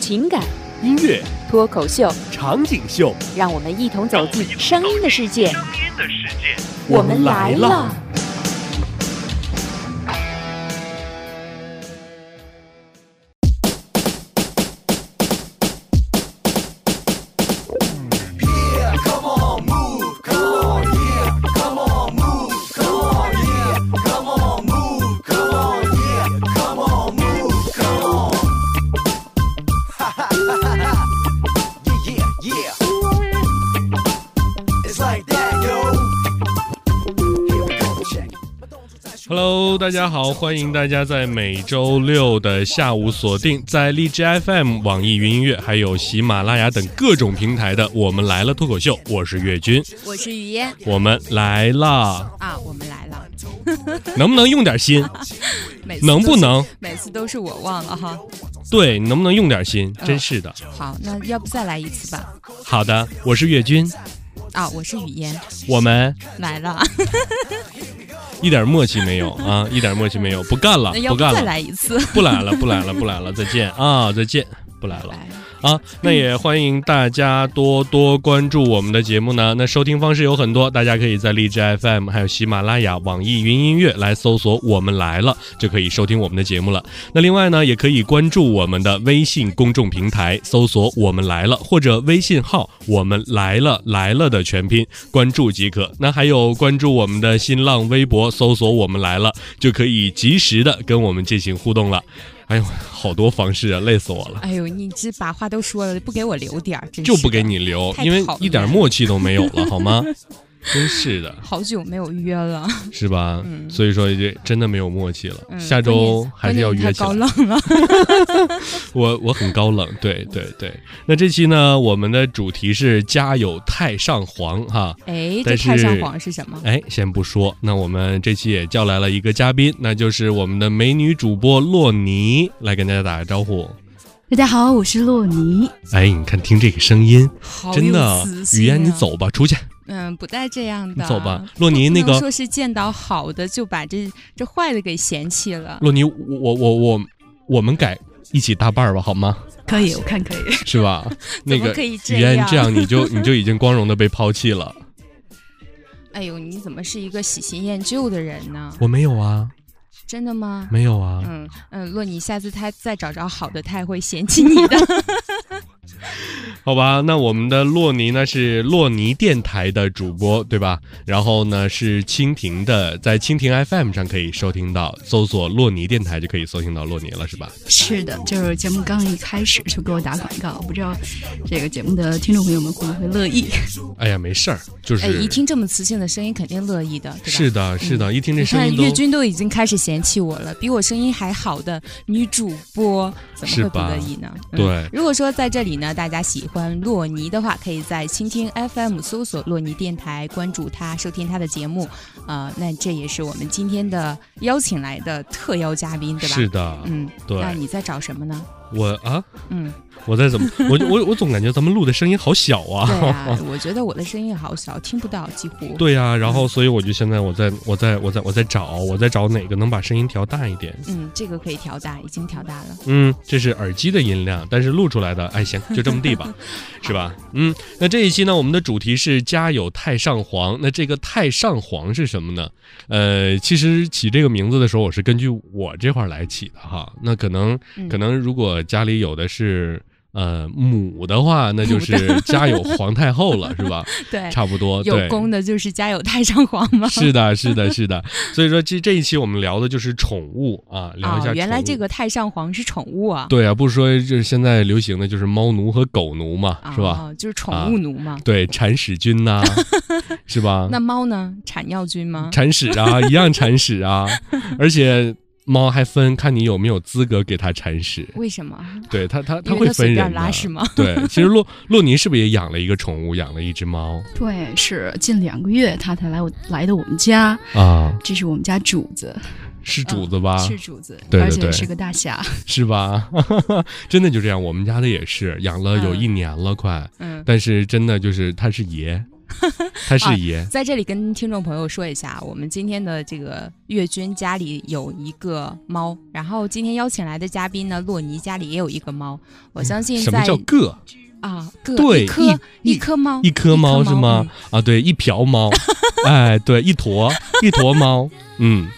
情感、音乐、脱口秀，场景秀，让我们一同走进声音的世界。音的世界。我们来了。 Yeah, yeah. It's like that, yo. Here we go, check. Hello，大家好，欢迎大家在每周六的下午锁定在荔枝 FM、网易云音乐还有喜马拉雅等各种平台的《我们来了》脱口秀，我是岳军，我是雨嫣我们来啦，啊，我们来了，能不能用点 心？每次能都不是？能？每次都是我忘了哈。对，能不能用点心？真是的。好，那要不再来一次吧？好的，我是岳军，啊，我是雨嫣，我们来了，啊一点默契没有啊，一点默契没有，不干了 那，要不不干再了，来一次？不来了，不来了，不来了，再见啊，再见，不来了。啊，那也欢迎大家多多关注我们的节目呢。那收听方式有很多，大家可以在荔枝 FM、还有喜马拉雅、网易云音乐来搜索“我们来了”，就可以收听我们的节目了。那另外呢，也可以关注我们的微信公众平台，搜索“我们来了”或者微信号“我们来了来了”的全拼，关注即可。那还有关注我们的新浪微博，搜索“我们来了”，就可以及时的跟我们进行互动了。哎呦，好多方式啊，累死我了。哎呦，你这把话都说了，不给我留点儿，真就是不给的。你留，太因为讨厌一点了默契都没有了，好 吗？真是的，好久没有约了，是吧？所以说这真的没有默契了，嗯下周还是要约关键起太高来。冷了。我我很高冷，对对对。那这期呢，我们的主题是家有太上皇哈。哎，但这太上是皇是什么？哎，先不说，那我们这期也叫来了一个嘉宾，那就是我们的美女主播洛尼，来跟大家打个招呼。大家好，我是洛尼。哎，你看听这个声音，好真有的磁，性雨嫣你啊。走吧，出去。嗯，不带这样的。你走吧洛尼不那能个说是见到好的就把这这坏的给嫌弃了。洛尼，我我我我我们改一起搭伴儿吧，好吗？可以，我看可以。是 吧？那个可以这语言样这样，你就你就已经光荣的被抛弃了。哎呦，你怎么是一个喜新厌旧的人呢？我没有啊，真的吗？没有啊。嗯嗯，洛尼，下次他再找着好的，他也会嫌弃你 的。好吧，那我们的洛尼呢是洛尼电台的主播，对吧？然后呢是蜻蜓的，在蜻蜓 FM 上可以收听到，搜索洛尼电台就可以搜听到洛尼了，是吧？是的，就是节目刚一开始就给我打广告，不知道这个节目的听众朋友们会不会乐意？哎呀，没事儿，就是、哎，一听这么磁性的声音，肯定乐意的，对吧？嗯是的，是的，一听这你声看音岳都军都已经开始嫌弃我了，比我声音还好的女主播怎么是会不吧乐意呢？嗯对如果说在这里呢，大家喜欢洛尼的话，可以在蜻蜓 FM 搜索洛尼电台，关注他，收听他的节目。呃，那这也是我们今天的邀请来的特邀嘉宾，对吧？是的，嗯，对那你在找什么呢？我啊，嗯，我在怎么，我就我我总感觉咱们录的声音好小啊。对啊，我觉得我的声音好小，听不到，几乎。 对呀、然后所以我就现在我在我在我在我在找我在找哪个能把声音调大一点。嗯，这个可以调大，已经调大 了。嗯，这是耳机的音量，但是录出来的，哎，行，就这么地 吧，是吧？嗯，那这一期呢，我们的主题是家有太上皇。那这个太上皇是什么呢？呃，其实起这个名字的时候，我是根据我这块儿来起的哈。那可能嗯可能如果家里有的是。呃，母的话，那就是 家有皇太后了，是吧？对，差不多，哎有对功的就是家有太上皇嘛。是的，是的，是的。所以说这这一期我们聊的就是宠物啊，聊一下、哦，原来这。个太上皇是宠物啊，对啊，不是说就是现在流行的就是猫奴和狗奴嘛，是吧？啊哦，就是宠物奴嘛。对，铲屎君 呐、是吧？那猫呢？产尿菌吗？铲屎啊，一样铲屎 啊，而且猫还分看你有没有资格给它铲屎。为什么？对它，它它啊会因为它分随人便的拉 是吗？对，其实洛洛尼是不是也养了一个宠物，养了一只猫对，是近两个月他才来我来的我们家，啊？这是我们家主子，是嗯主子吧？ 是主子，啊对对而且对是个大侠。 是吧？ 真的就这样，我们家的也是养了有一年了，快。嗯， 但是真的就是他是爷，他是爷，在这里跟听众朋友说一下，我们今天的这个月军家里有一个猫，然后今天邀请来的嘉宾呢，洛尼家里也有一个猫。我相信什么在叫个？啊，各对一颗一一颗嗯猫，一颗猫是吗？啊，对，一瓢 猫，哎，对，一坨一坨猫，嗯，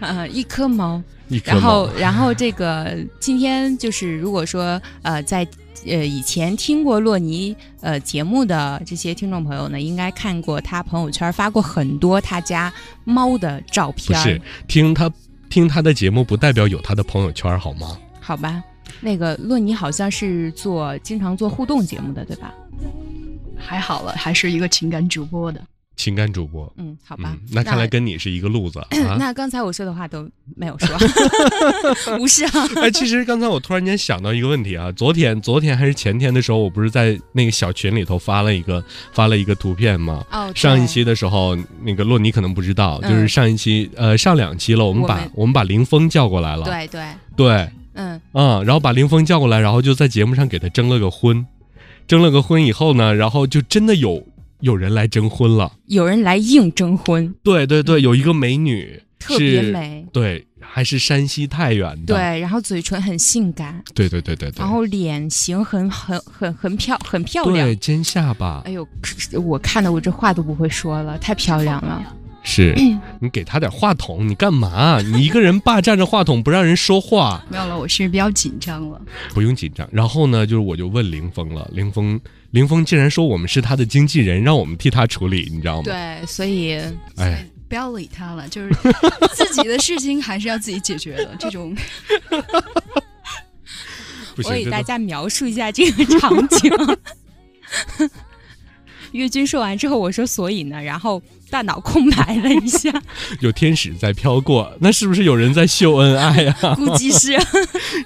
嗯？呃，一颗猫。一颗然猫后，，然后这个呃今天就是，如果说呃，在呃以前听过洛尼呃节目的这些听众朋友呢，应该看过他朋友圈发过很多他家猫的照不片儿，是听他听他的节目，不代表有他的朋友圈好吗？好吧？那个洛尼好像是做经常做互动节目的，对吧？还好了，还是一个情感主播的。情感主播，嗯，好吧。嗯，那看来跟你是一个路 子啊。那刚才我说的话都没有说， 无视啊。哎，其实刚才我突然间想到一个问题啊，昨天昨天还是前天的时候，我不是在那个小群里头发了一个发了一个图片吗？哦，对上一期的时候，那个洛尼可能不知道，嗯就是上一期呃上两期了，我们我把们我们把林峰叫过来了，对对，对，嗯，嗯，然后把林峰叫过来，然后就在节目上给他征了个婚，征了个婚以后呢，然后就真的有有人来征婚了。有人来硬征婚，对对对，有一个美女，特别是，美。对，还是山西太原的。对，然后嘴唇很性感，对对对嗯对对，然后脸型很很很很漂很漂亮对。尖下巴哎呦，我看的我这话都不会说了，太漂亮了。 是，你给他点话筒，你干嘛？你一个人霸占着话筒不让人说话， 没有了，我是比较紧张了。不用紧张。然后呢，就是我就问林峰了，林峰，林峰竟然说我们是他的经纪人，让我们替他处理，你知道吗？，对，所以哎，不要理他了，就是自己的事情还是要自己解决的。 这种不行我，给这大都家描述一下这个场景。 岳军说完之后，我说所以呢，然后大脑空白了一 下，有天使在飘过，那是不是有人在秀恩爱 啊？估计是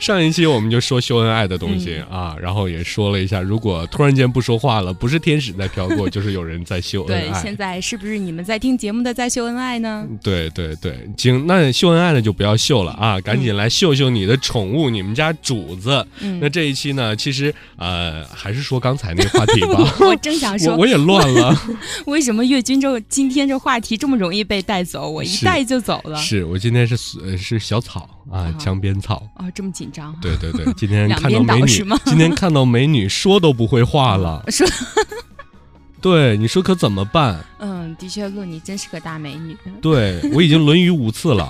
上一期我们就说秀恩爱的东西嗯啊，然后也说了一下，如果突然间不说话了，不是天使在飘过，就是有人在秀对恩。现爱。嗯在是不是你们在听节目的在秀恩爱呢？对对对，行，那秀恩爱的就不要秀了嗯啊，赶紧来秀秀你的宠物，你们家主子。那嗯，这一期呢，其实呃，还是说刚才那个话题 吧。我正想我说，我也乱 了，为什么岳军这今天这话题这么容易被带走？我一是带就走了。是我今天是呃是小草啊啊，墙墙边草。哦，这么紧张啊？对对对， 今天两看到边倒美女是吗，今天看到美女说都不会话了。 说，对，你说可怎么办？嗯，的确，洛尼真是个大美女。嗯对我已经《论语》五次了。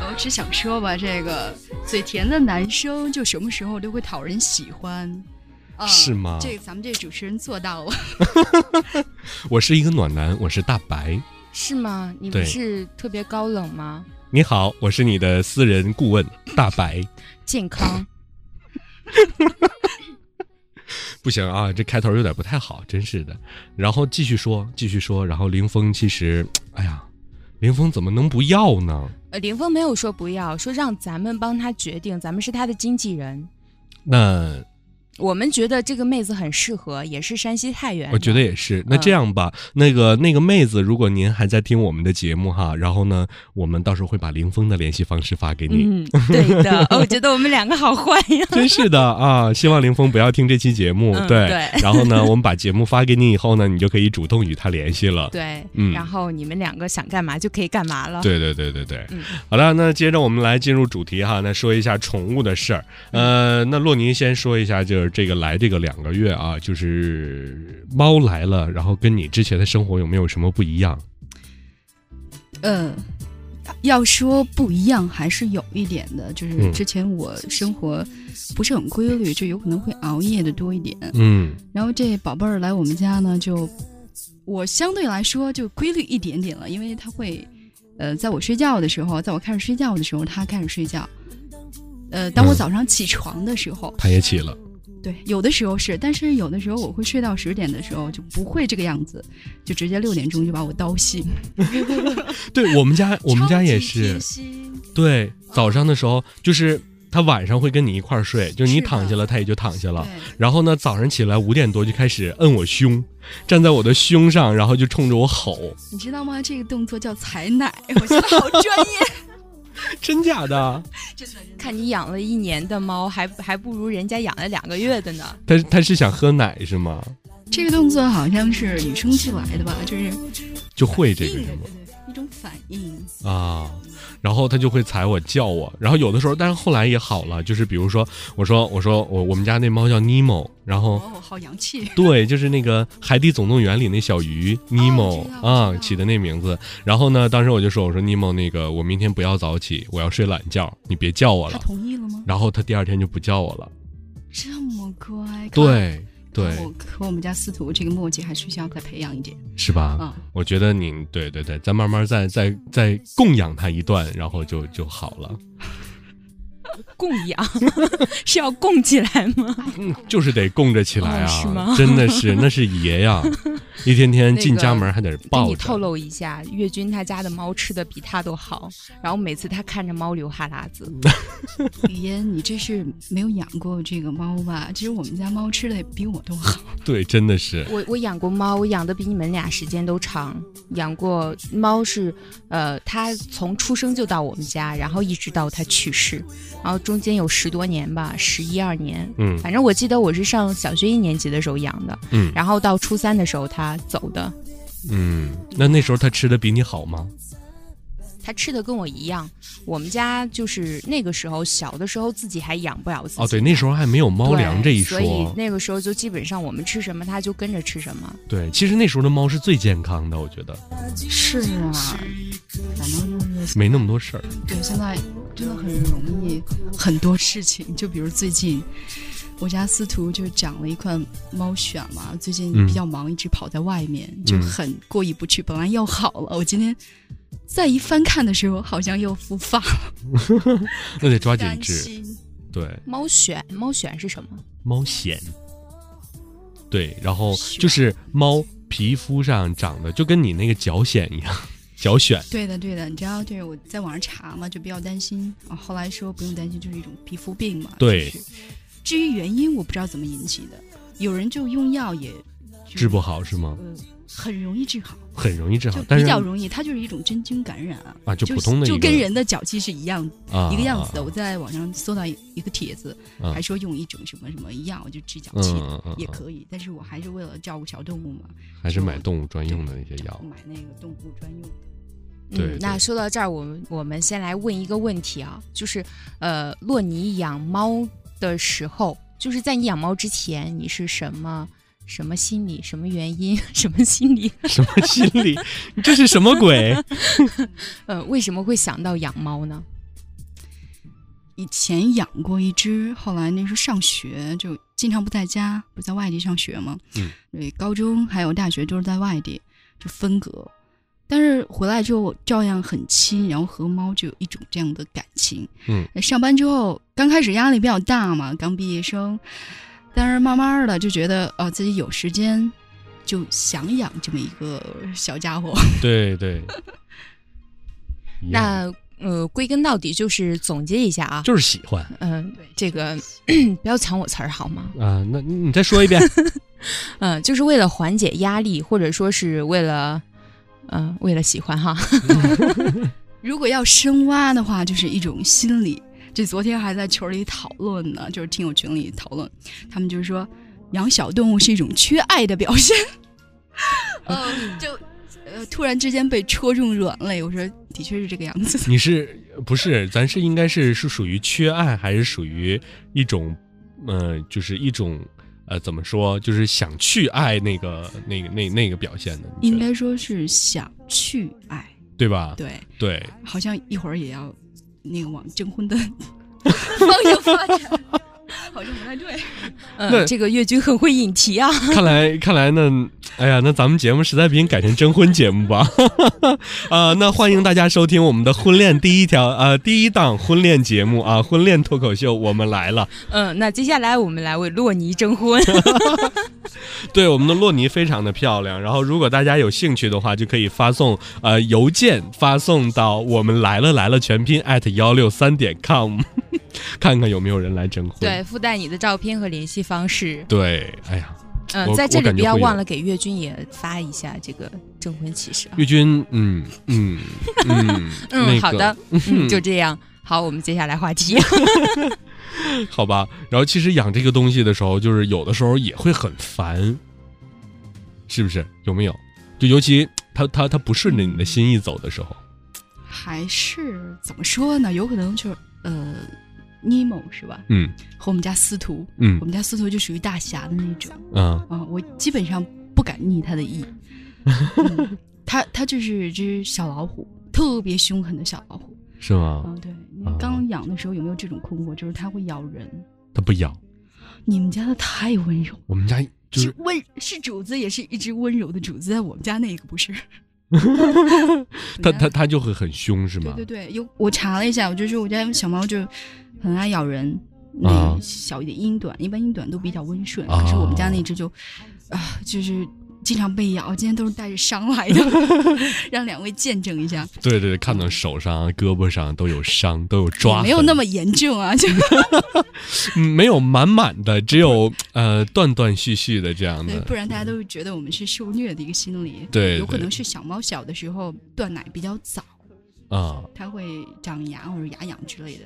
我哦只想说吧，这个嘴甜的男生就什么时候都会讨人喜欢，啊是吗这个咱们这主持人做到了。我是一个暖男，我是大白。是吗？你不对是特别高冷吗？你好，我是你的私人顾问大白。健康，不行啊，这开头有点不太好，真是的。然后继续说，继续说。然后林峰其实，哎呀，林峰怎么能不要呢？呃，林峰没有说不要，说让咱们帮他决定，咱们是他的经纪人。那我们觉得这个妹子很适合，也是山西太原的。我觉得也是。那嗯这样吧，那个那个妹子，如果您还在听我们的节目哈，然后呢，我们到时候会把林峰的联系方式发给你。嗯，对的。 哦我觉得我们两个好坏呀。真是的啊！希望林峰不要听这期节目，嗯对。对然后呢，我们把节目发给你以后呢，你就可以主动与他联系了。对，嗯然后你们两个想干嘛就可以干嘛了。对对对对对，嗯好了，那接着我们来进入主题哈，那说一下宠物的事儿。嗯呃，那洛尼先说一下，就是这个来这个两个月啊，就是猫来了，然后跟你之前的生活有没有什么不一样？嗯，要说不一样还是有一点的，就嗯是之前我生活不是很规律，就有可能会熬夜的多一点。嗯，然后这宝贝儿来我们家呢，就我相对来说就规律一点点了，因为他会，呃，在我睡觉的时候，在我开始睡觉的时候，他开始睡觉。呃，当我嗯早上起床的时候，它也起了，对，有的时候是，但是有的时候我会睡到十点的时候就不会这个样子，就直接六点钟就把我刀醒。对我们家我们家也超级是贴，心对，早上的时候就是它晚上会跟你一块儿睡，就是你是的躺下了，它也就躺下了。对。然后呢，早上起来五点多就开始摁我胸，站在我的胸上，然后就冲着我 吼，你知道吗？这个动作叫踩奶，我觉得好专 业。真假的？真的，真的看你养了一年的猫，还还不如人家养了两个月的呢。他他是想喝奶是吗？这个动作好像是与生俱来的吧，就是就会这个什么一种反应。啊，然后他就会踩我叫我，然后有的时候，但是后来也好了，就是比如说我说我说我我们家那猫叫尼莫，然后哦，好洋气！ 对，就是那个《海底总动员》里那小鱼尼莫我知道我啊知道起的那名字。然后呢，当时我就说我说尼莫那个我明天不要早起，我要睡懒觉，你别叫我他了。同意了吗？然后他第二天就不叫我了。这么乖，对对看，我和我们家司徒这个默契还是需要再培养一点是吧？啊。我觉得你对对对，咱慢慢再再再供养它一段，然后就就好了。供养 是要供起来吗？嗯，就是得供着起来啊，哦是吗真的是那是爷呀，一天天进家门还得跟抱你着。透露一下，岳军他家的猫吃的比他都好，然后每次他看着猫流哈喇子。嗯雨嫣，你这是没有养过这个猫吧？其实我们家猫吃的比我都好。对，真的是我我养过猫，我养的比你们俩时间都长。养过猫是，呃，它从出生就到我们家，然后一直到它去世，然后中间有十多年吧，十一二年。嗯反正我记得我是上小学一年级的时候养的，嗯然后到初三的时候它走的。嗯。那那时候他吃的比你好吗？它吃的跟我一样，我们家就是那个时候小的时候自己还养不了自己。哦，对，那时候还没有猫粮这对一所以说。那个时候就基本上我们吃什么，它就跟着吃什么。对，其实那时候的猫是最健康的，我觉得是啊，反正就是没那么多事儿。对，现在真的很容易很多事情。就比如最近，我家司徒就养了一款猫癣嘛，最近嗯比较忙，一直跑在外面，就嗯很过意不去。本来要好了，我今天再一翻看的时候，好像又复发，那得抓紧担治。心。对，猫癣，猫癣是什么？嗯猫藓。对，然后癣就是猫皮肤上长的，就跟你那个脚癣一样，脚癣。对的，对的，你知道，就是我在网上查嘛，就比较担心啊。后来说不用担心，就是一种皮肤病嘛。对就是至于原因，我不知道怎么引起的，有人就用药也就是治不好是吗？呃，很容易治好，很容易治好就，但比是较容易，它就是一种真菌感染啊，啊，就就普通的一就个跟人的脚气是一样啊一个样子的。啊我在网上搜到一个帖子，啊还说用一种什么什么药就治脚嗯气嗯嗯嗯，也可嗯以，但是我还是为了照顾小动物嘛，还是买动物专用的那些药。买那个动物专用。对对嗯，那说到这儿，我们我们先来问一个问题啊，就是呃，洛尼养猫的时候，就是在你养猫之前，你是什么什么心理，什么原因， 什么心理？什么心理？你这是什么鬼？ 呃，为什么会想到养猫呢？以前养过一只，后来那时候上学就经常不在家，不在外地上学嘛。嗯，对，高中还有大学都是在外地，就分隔。但是回来之后我照样很亲，然后和猫就有一种这样的感情。嗯，上班之后刚开始压力比较大嘛，刚毕业生，但是慢慢的就觉得哦、自己有时间就想养这么一个小家伙。对 对。一样那呃，归根到底就是总结一下啊，就是喜欢嗯、这个 不要抢我词儿好吗？啊！那你你再说一遍嗯、就是为了缓解压力，或者说是为了嗯、呃为了喜欢 哈。如果要深挖的话，就是一种心理。这昨天还在群里讨论呢，就是听友群里讨论，他们就是说养小动物是一种缺爱的表现。嗯， 就呃突然之间被戳中软肋，我说的确是这个样子。 你是不是？咱是应该是是属于缺爱，还是属于一种，呃，就是一种呃，怎么说？就是想去爱那个那个那那个表现呢？你觉应得该说是想去爱，对吧？对，对，好像一会儿也要那个往征婚的 方 向发展，好像不太对。嗯、那这个岳军很会引题啊。看来，看来呢，哎呀，那咱们节目实在不行，改成征婚节目吧。 啊、那欢迎大家收听我们的婚恋第一条，呃，第一档婚恋节目啊，婚恋脱口秀，我们来了。 嗯，那接下来我们来为洛尼征婚。对，我们的洛尼非常的漂亮。然后，如果大家有兴趣的话，就可以发送呃邮件发送到我们来了来了全拼 at 幺六三点 com，看看有没有人来征婚。对，附带你的照片和联系方式。对，哎呀，嗯、我在这我里感不觉要会有忘了给岳军也发一下这个征婚启事啊。，玉军，嗯嗯嗯 嗯，那个好的，嗯，就这样。好，我们接下来话 题。好吧。然后其实养这个东西的时候，就是有的时候也会很烦，是不是？有没有？就尤其他他他不顺着你的心意走的时候，还是怎么说呢？有可能就是呃尼莫是吧？嗯和我们家司徒，嗯我们家司徒就属于大侠的那种啊，啊、我基本上不敢逆他的意。嗯他他就是只小老虎，特别凶狠的小老虎。是吗？嗯，对，你啊刚养的时候有没有这种困惑？就是它会咬人。他不咬，你们家的太温柔，我们家就是是温是主子，也是一只温柔的主子。但我们家那个不是。他他他就会很凶，是对吗对？对，有我查了一下，我就是我家小猫就很爱咬人，啊那小一点英短，一般英短都比较温顺，啊可是我们家那只就啊，就是经常被咬，今天都是带着伤来 的，让两位见证一下，对对对，看到手上、胳膊上都有伤，都有抓也痕，嗯没有那么严重啊，就嗯没有满满的，只有呃断断续续的这样对，的不。然大家都会觉得我们是受虐的一个心理。对有可对能是小猫小的时候断奶比较早，啊、它会长牙或者牙痒之类的，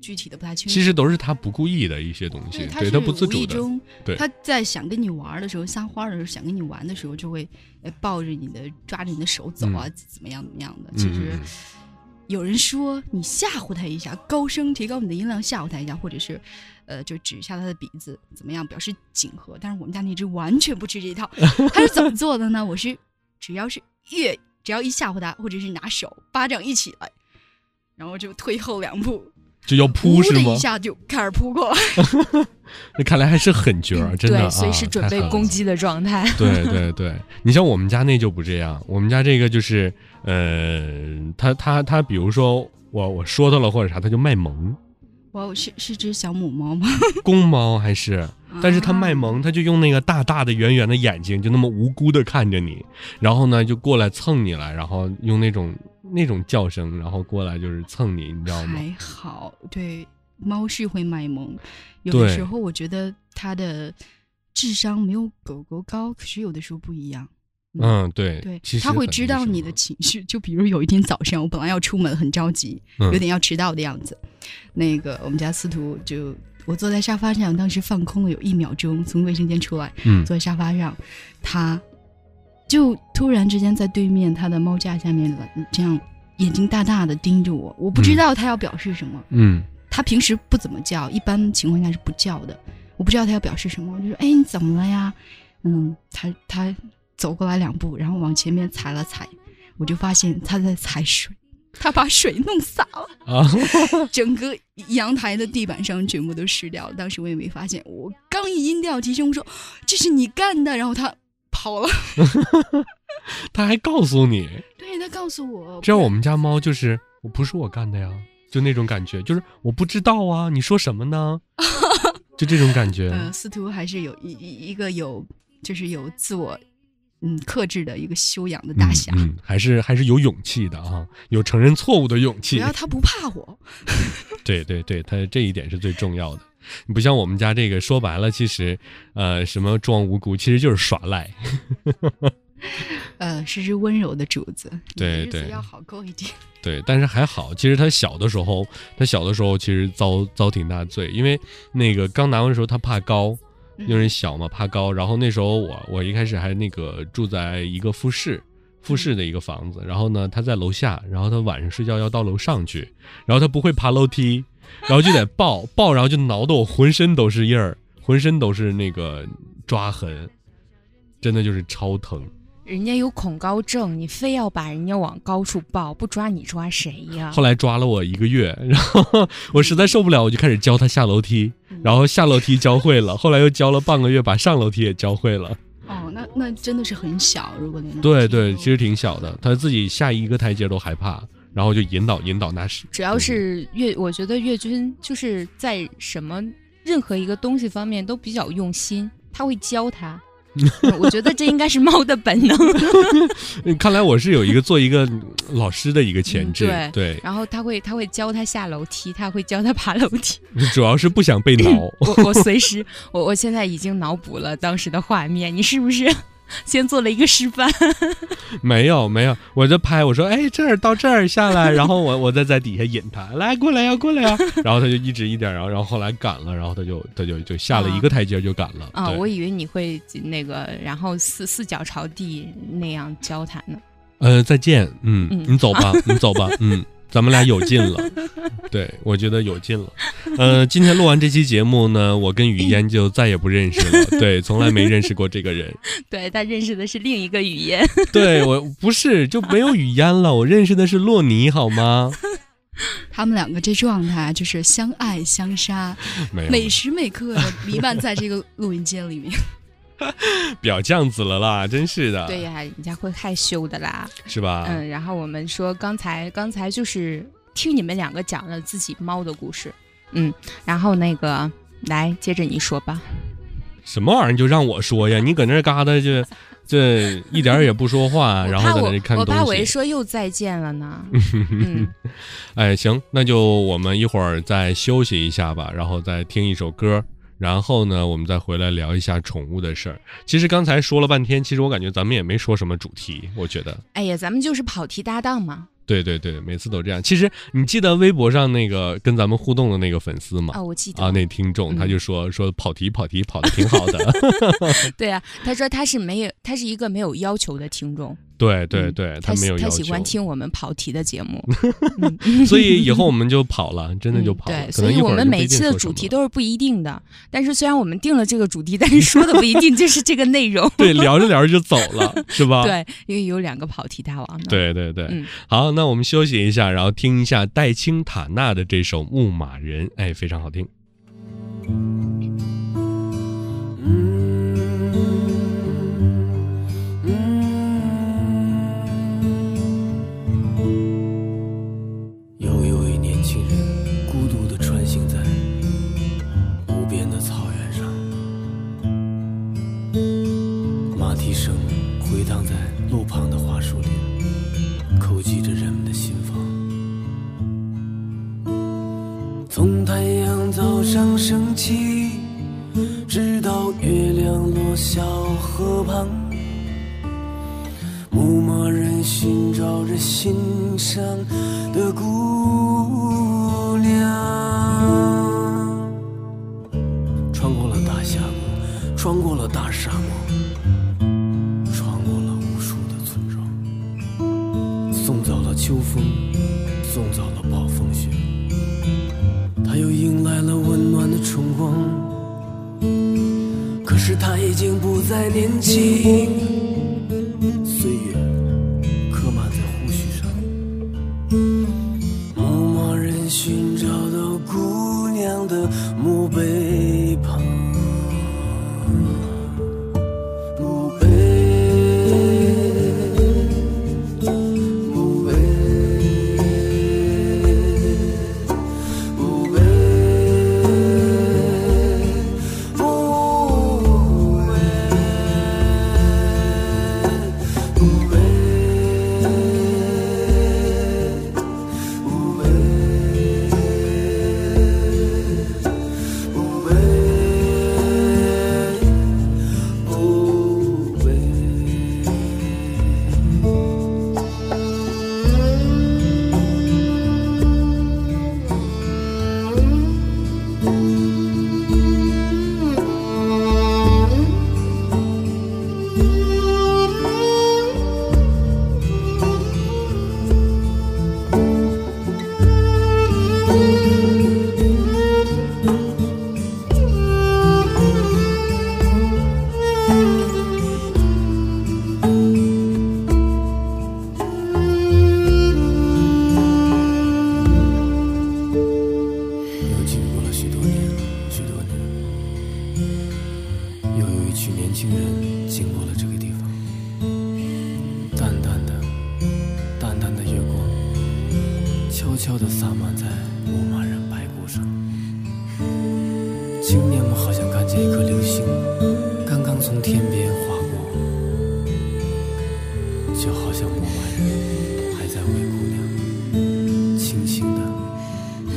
具体的不太清楚。其实都是他不故意的一些东西对，，它对是他不自无主意的，中，对它在想跟你玩的时候，撒欢儿的时候，想跟你玩的时候，就会呃抱着你的，抓着你的手走啊，怎么样怎么样的。嗯其实嗯嗯有人说你吓唬它一下，高声提高你的音量吓唬它一下，或者是呃就指一下它的鼻子怎么样，表示警和。但是我们家那只完全不吃这 一套，它是怎么做的呢？我是只要是越只要一吓唬它，或者是拿手巴掌一起来，然后就退后两步，就要呜扑是的吗一？下就开始扑过来。那看来还是狠角嗯儿，真的对，啊，随时准太备狠了攻击的状态。对对对，你像我们家那就不这样，我们家这个就是，呃，他他他，比如说我我说他了或者啥，他就卖萌，哇，是是只小母猫吗？公猫还是，但是他卖啊萌，他就用那个大大的圆圆的眼睛，就那么无辜的看着你，然后呢就过来蹭你来，然后用那种那种叫声，然后过来就是蹭你，你知 道吗？还好，对，猫是会卖萌，有对的时候我觉得它的智商没有狗狗高，可是有的时候不一样。嗯，对，对其，实它会很知那道什你么的情绪。就比如有一天早上，我本来要出门，很着急，嗯有点要迟到的样子。那个我们家司徒就我坐在沙发上，当时放空了有一秒钟，从卫生间出来，嗯坐在沙发上，他就突然之间在对面他的猫架下面这样眼睛大大的盯着我，我不知道他要表示什么。嗯他平时不怎么叫，一般情况下是不叫的。我不知道他要表示什么，我就说：“哎，你怎么了呀？”嗯，他他走过来两步，然后往前面踩了踩，我就发现他在踩水， 他把水弄洒了。啊， 整个阳台的地板上全部都湿掉了。当时我也没发现，我刚一音调提升，我说这是你干的，然后他跑了。他还告诉你，对他告诉我，这样我们家猫就是我不是我干的呀，就那种感觉，就是我不知道啊，你说什么呢？ 就这种感觉，呃，司徒还是有一一一个有就是有自我嗯克制的一个修养的大侠。嗯嗯，还是还是有勇气的啊，有承认错误的勇主气要。他不怕我，对对对，他这一点是最重要的。你不像我们家这个，说白了，其实，呃，什么装无辜，其实就是耍赖。呃，是只温柔的主子，你的对日子对要好过一点。 对，但是还好，其实他小的时候，他小的时候其实遭遭挺大罪，因为那个刚拿完的时候他怕高，嗯因为小嘛怕高，然后那时候我我一开始还那个住在一个复式。复式的一个房子，然后呢，他在楼下，然后他晚上睡觉要到楼上去，然后他不会爬楼梯，然后就得抱抱，然后就挠得我浑身都是印儿，浑身都是那个抓痕，真的就是超疼。人家有恐高症，你非要把人家往高处抱，不抓你抓谁呀？后来抓了我一个月， 然后我实在受不了，我就开始教他下楼梯，嗯然后下楼梯教会 了，后来又教了半个月，把上楼梯也教会了。哦，那那真的是很小，如果连对对，其实实挺小的，他自己下一个台阶都害怕，然后就引导引导那是。主要是越，我觉得越军就是在什么任何一个东西方面都比较用心，他会教他。嗯我觉得这应该是猫的本能，嗯， 看来我是有一个做一个嗯老师的一个潜质，嗯对，然后他会他会教他下楼梯，他会教他爬楼梯。主要是不 想被挠。我我随时我我现在已经脑补了当时的画面，你是不是？ 先做了一个示范。没有没有，我就拍我说，哎，这儿到这儿下来， 然后我我再在底下引他，来过来呀、过来呀、然后他就一直一点，然后然后后来赶了，然后他就他就就下了一个台阶就赶了。啊，对我以为你会那个，然后四四脚朝地那样交谈呢。 呃，再见，嗯，嗯你走 吧，你走吧，嗯，咱们俩有劲了，对我觉得有劲了。呃，今天录完这期节目呢，我跟雨嫣就再也不认识 了，对，从来没认识过这个人，对他认识的是另一个语言。对我不是就没有雨嫣了，我认识的是洛尼，好吗？他们两个这状态啊就是相爱相杀，没有，每时每刻的弥漫在这个录音间里面。表酱子了啦，真是的，对呀、人家会害羞的啦。是吧？嗯，然后我们说刚才刚才就是听你们两个讲了自己猫的故事，嗯，然后那个来接着你说吧。什么玩意儿你就让我说呀？你搁那儿嘎达就这一点儿也不说话，啊然后在那 我里怕看我，我怕我东一西。说又再见了 呢。嗯，哎，行，那就我们一会儿再休息一下吧，然后再听一首歌。然后呢，我们再回来聊一下宠物的事儿。其实刚才说了半天，其实我感觉咱们也没说什么主题，我觉得。哎呀，咱们就是跑题搭档嘛。对对对，每次都这样。其实你记得微博上那个跟咱们互动的那个粉丝吗？哦，我记得，啊，那听众嗯他就说、说跑题跑题跑的挺好的。 对啊，他说他是没有，他是一个没有要求的听众，对对嗯对，他没喜有要他求。喜欢听我们跑题的节目， 嗯所以以后我们就跑了，真的就跑了。对，可所能以一会我儿们就不每一定期的说什主么题了都是不一定的，但是虽然我们定了这个主题，但是说的不一定就是这个 内容。对聊着聊着就走 了，是吧？对，因为有两个跑题大王呢。，啊对对对嗯好，那我们休息一下，然后听一下戴青塔纳的这首《牧马人》，哎，非常好听。又有一年轻人孤独地穿行在无边的草原上，马蹄声回荡在路旁的桦树林，叩击着人们的心房。从太阳早上升起，直到月亮落下河旁，牧马人寻找着心上的姑娘，穿过了大峡谷，穿过了大沙漠，穿过了无数的村庄，送走了秋风，送走了暴风雪，他又迎来了温暖的春光。可是他已经不再年轻。岁月刻满在胡须上。牧马人寻找到姑娘的墓碑旁，墓碑，墓碑，墓碑，墓碑。又经过了许多年，许多年，又有一群年轻人经过了这个地方，淡淡的，淡淡的月光，悄悄地洒满在牧马人白骨上。青年们好像看见一颗流星，刚刚从天边划过，就好像牧马人还在为姑娘轻轻地。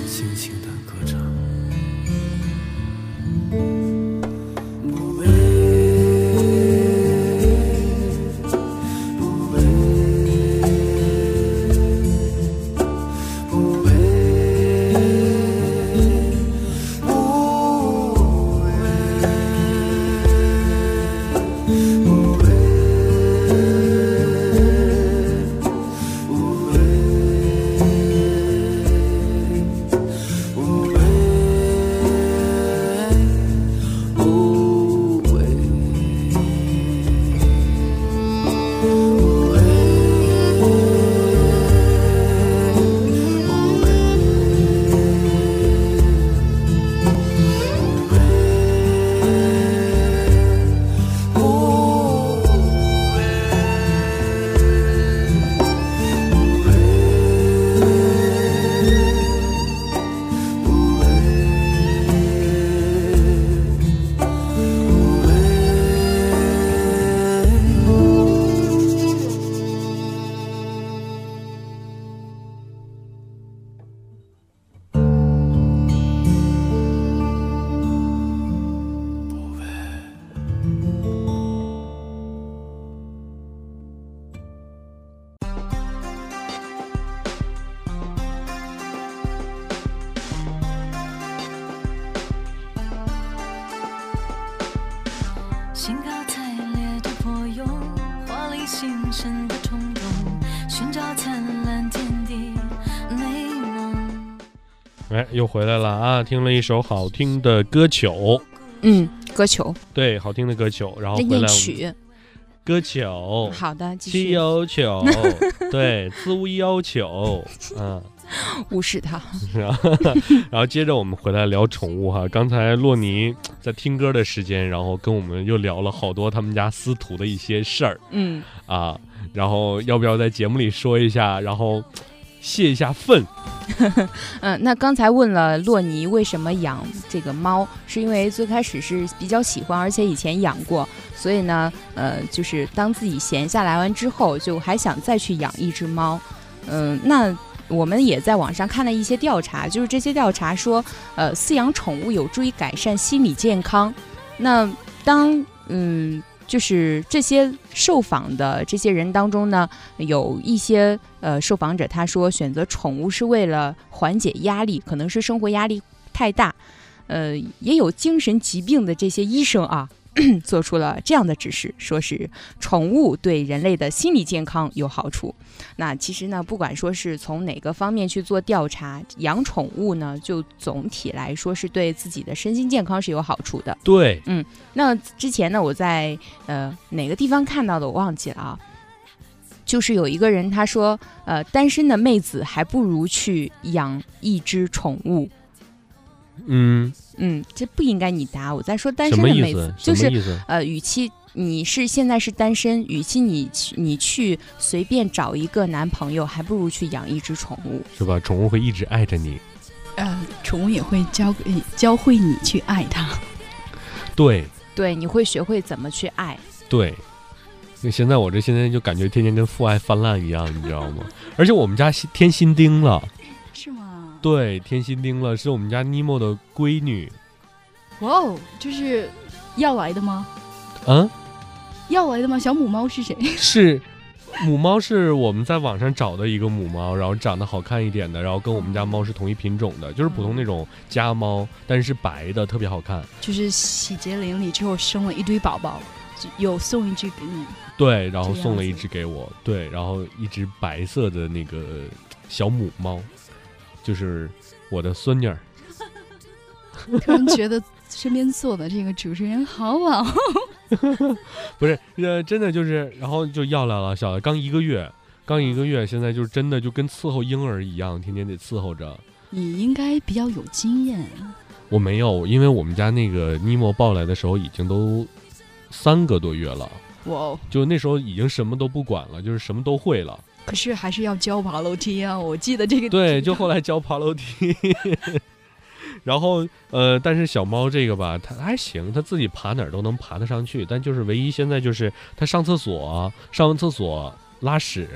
轻轻地歌唱。墓碑，性格太烈的破蛹，华丽新生的冲动，寻找灿烂天地美梦。哎，又回来了啊！听了一首好听的歌曲，嗯，歌球，对，好听的歌曲，然后回那念来我们曲。歌曲，好的，继七续幺九，对，滋幺九， 嗯。无视他。然后，然后接着我们回来聊宠物哈。刚才洛尼在听歌的时间，然后跟我们又聊了好多他们家司徒的一些事儿嗯，啊。然后要不要在节目里说一下，然后泄一下愤？嗯，那刚才问了洛尼为什么养这个猫，是因为最开始是比较喜欢，而且以前养过，所以呢，呃，就是当自己闲下来完之后，就还想再去养一只猫。嗯、那我们也在网上看了一些调查，就是这些调查说，呃，饲养宠物有助于改善心理健康。那当嗯。就是这些受访的这些人当中呢，有一些呃受访者他说，选择宠物是为了缓解压力，可能是生活压力太大，呃，也有精神疾病的这些医生啊。 做出了这样的指示，说是宠物对人类的心理健康有好处。那其实呢，不管说是从哪个方面去做调查，养宠物呢，就总体来说是对自己的身心健康是有好处的。对，那之前呢，我在呃哪个地方看到的，我忘记了啊。就是有一个人他说，呃，单身的妹子还不如去养一只宠物。嗯，嗯，这不应该你答。我在说单什身么的意妹思子？，什就么是意思？呃，与其你是现在是单身，与其你去你去随便找一个男朋友，还不如去养一只宠物。是吧？宠物会一直爱着你。呃，宠物也会教给呃教会你去爱它。对对，你会学会怎么去爱。对。那现在我这现在就感觉天天跟父爱泛滥一样，你知道 吗？而且我们家新添新丁了，是吗？对，添新丁了，是我们家尼莫的闺女。哇哦，就是要来的吗？嗯，要来的吗？小母猫是谁？是母猫，是我们在网上找的一个母猫，然后长得好看一点的，然后跟我们家猫是同一品种的，就是普通那种家猫，但是是白的，特别好看。 就是喜结连理之后生了一堆宝宝，就有送一只给 你。对，然后这样送了子一只给我，对，然后一只白色的那个小母猫，就是我的孙女儿。突然觉得身边坐的这个主持人好老。不是，呃，真的就是，然后就要来了，小的刚一个月，刚一个月，现在就是真的就跟伺候婴儿一样，天天得伺候着。 你应该比较有经验，我没有，因为我们家那个尼莫抱来的时候已经都三个多月了，我就那时候已经什么都不管了，就是什么都会 了。可是还是要教爬楼梯啊！我记得这个对，就后来教爬楼梯。 然后，呃，但是小猫这个吧，它还行，它自己爬哪儿都能爬得上去。但就是唯一现在就是它上厕所，上完厕所拉屎，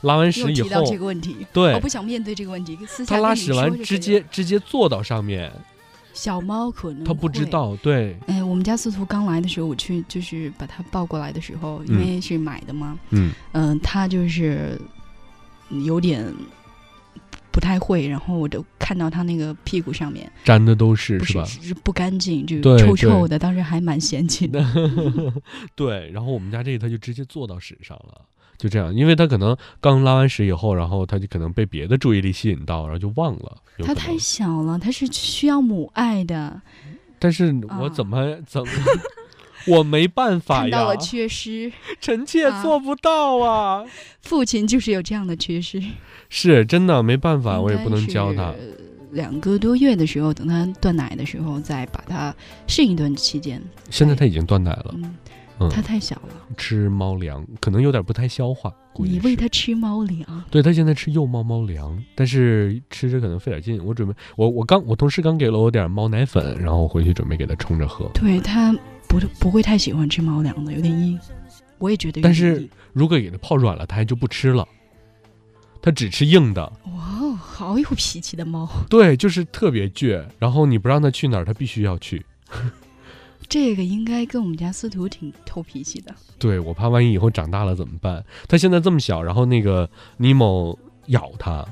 拉完又屎以提到后，这个问题，对我不，想面对这个问题。私下它拉跟你屎说完直就可以了接直接坐到上面，小猫可能它不知会。道。对，哎，我们家司徒刚来的时候，我去就是把它抱过来的时候，因嗯为是买的嘛，嗯，嗯，它就是有点不太会，然后我就看到它那个屁股上面粘的都是不是是吧？是是不干净，就对是臭臭的，当时还蛮嫌弃的。 对，然后我们家这个它就直接坐到屎上了，就这样，因为它可能刚拉完屎以后，然后它就可能被别的注意力吸引到，然后就忘了。有它可太能小了，它是需要母爱的，但是我啊怎么、怎么， 我没办法看到呀了，缺失，臣妾啊做不到 啊，父亲就是有这样的缺失。是真的没办法，我也应不该能教他。是两个多月的时候，等他断奶的时候，再把它适应一段期间。现在他已经断奶了，嗯嗯，它太小了，吃猫粮可能有点不太消化，估计你喂是它吃猫粮，对他现在吃幼猫猫粮，但是吃着可能费点劲。我准备，我我刚我同事刚给了我点猫奶粉，然后我回去准备给他冲着喝。对它不不会太喜欢吃猫粮的，有点硬。我也觉得有点硬，但是如果给它泡软了，它还就不吃了，它只吃硬的。哇哦，好有脾气的猫，对，就是特别倔。然后你不让它去哪儿，它必须要去。这个应该跟我们家司徒挺透脾气的。对我怕万一以后长大了怎么办？它现在这么小，然后那个尼莫咬它，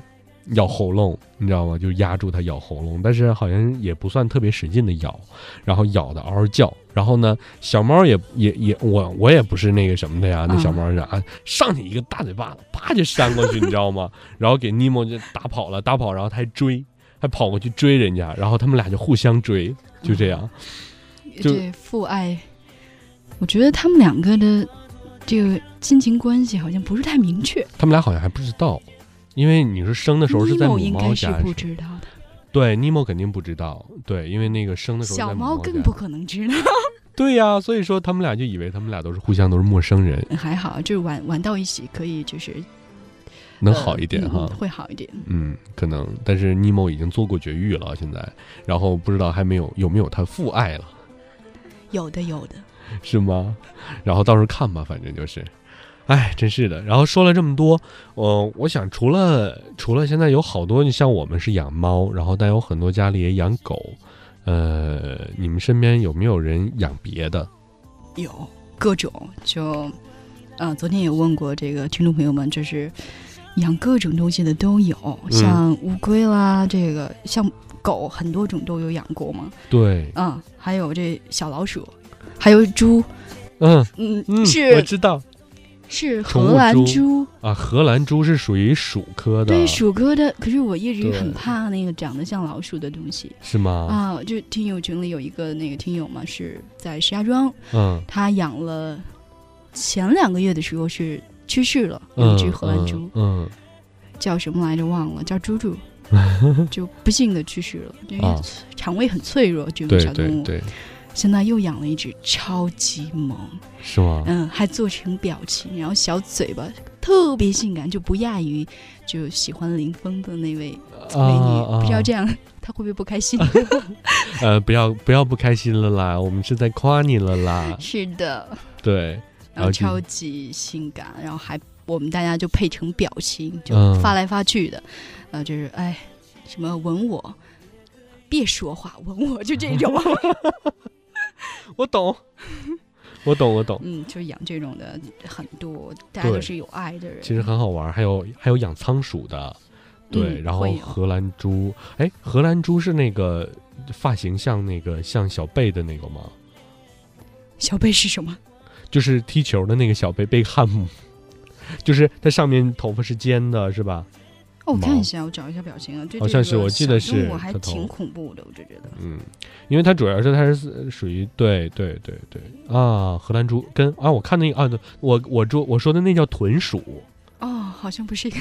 咬喉咙，你知道吗？就压住它咬喉咙，但是好像也不算特别使劲的咬，然后咬的嗷嗷叫。然后呢，小猫也也也，我我也不是那个什么的呀，那嗯小猫是啊，上去一个大嘴巴子，啪就扇过去，你知道吗？然后给尼莫就打跑了，打跑，然后他还追，还跑过去追人家，然后他们俩就互相追，就这样。嗯就这父爱，我觉得他们两个的这个亲情关系好像不是太明确。他们俩好像还不知道，因为你说生的时候是在母嗯 Nemo 应猫该是家不生，知道的，对，尼莫肯定不知道，对，因为那个生的时候小在母猫猫更家不可能知道。 对呀、所以说他们俩就以为他们俩都是互相都是陌生人，还好，就是玩玩到一起可以，就是能呃好一点嗯哈嗯。会好一点。嗯，可能，但是尼莫已经做过绝育了，现在，然后不知道还没有有没有他父爱了，有的，有的。是吗？然后到时候看吧，反正就是，哎，真是的。然后说了这么多，呃，我想除了除了现在有好多，像我们是养猫，然后但有很多家里也养狗，呃，你们身边有没有人养别的？有各种就，呃，昨天也问过这个听众朋友们，就是养各种东西的都有，嗯像乌龟啦，这个像狗很多种都有养过嘛，对，嗯，还有这小老鼠，还有猪，嗯嗯，嗯，我是知道是宠物荷兰猪猪，啊，荷兰猪是属于鼠科的，对，鼠哥的，可是我一直对很怕那个长得像老鼠的东西。是吗？啊，就听友群里有一个那个听友嘛，是在石家庄，嗯，他养了前两个月的时候是去世了，有嗯一只荷兰猪，嗯，叫什么来着忘了，叫猪 猪，嗯就不幸的去世了，因为啊肠胃很脆弱，这种对嗯小动对物。对，现在又养了一只，超级萌，是吗？嗯，还做成表情，然后小嘴巴特别性感，就不亚于就喜欢林峰的那位美女，啊不知道啊这样他会不会不开 心？，呃，不要不要不开心了啦，我们是在夸你了啦是的，对， 然这后超级性感，然后还我们大家就配成表情，就嗯发来发去的，呃，就是哎，什么吻我，别说话，吻我，就 这种，我懂， 我懂，我懂。嗯，就是养这种的很多，大家都对是有爱的人，其实很好玩儿，还有还有养仓鼠的，对，嗯然后会有荷兰猪，哎，荷兰猪是那个发型像那个像小贝的那个吗？小贝是什么？就是踢球的那个小贝贝克汉姆， 就是它上面头发是尖的，是吧？哦，我看毛一下，我找一下表情啊，对，好像是我记得是我还它头挺恐怖的，我就觉得嗯，因为它主要是它是属于对对对对啊，荷兰猪跟啊，我看那个啊，对我我说我说的那叫豚 鼠，哦，好像不是一个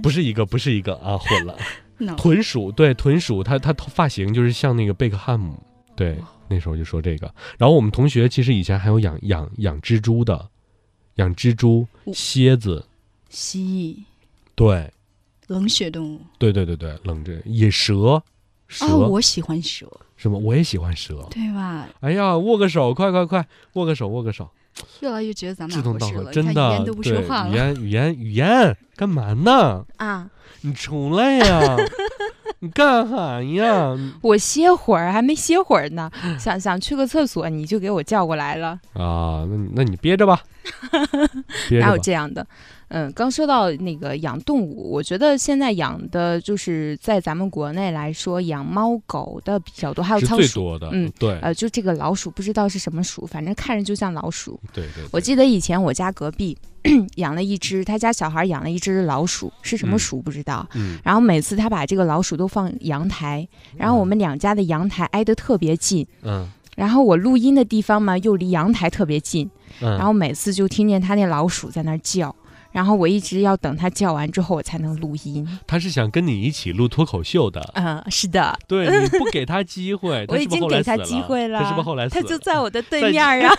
不是一个不是一个啊，混了。脑豚鼠，对豚鼠，它它头发型就是像那个贝克汉姆，对，那时候就说这个。然后我们同学其实以前还有养养养蜘蛛的，养蜘蛛、我蝎子，蜥蜴，对冷血动物对对对对，冷着野蛇，蛇、啊，我喜欢蛇，什么我也喜欢蛇。对吧？哎呀，握个手，快快快，握个手，握个手，越来越觉得咱们志俩同合道适合，了，真你看语的言都不说对话语 了。言语言语言，干嘛呢？啊！你出来 呀，你干啥呀？我歇会儿，还没歇会儿呢， 想想去个厕所，你就给我叫过来了，啊，那你那你憋着 吧，憋着哪吧有。这样的？嗯，刚说到那个养动物，我觉得现在养的就是在咱们国内来说，养猫狗的比较多，还有是仓最鼠。多的，嗯，对，呃，就这个老鼠不知道是什么鼠，反正看着就像老鼠。对对，对我记得以前我家隔壁 养了一只，他家小孩养了一只老鼠，是什么嗯鼠不知道。嗯，然后每次他把这个老鼠都放阳台，然后我们两家的阳台挨得特别近，嗯然后我录音的地方嘛又离阳台特别近，嗯，然后每次就听见他那老鼠在那儿叫，然后我一直要等它叫完之后我才能录音。他是想跟你一起录脱口秀 的，嗯，是的，对，你不给他机会，他哎 我是已不是经后来给它死机会了，了，他是不是后来死它了？就在我的再对面儿啊。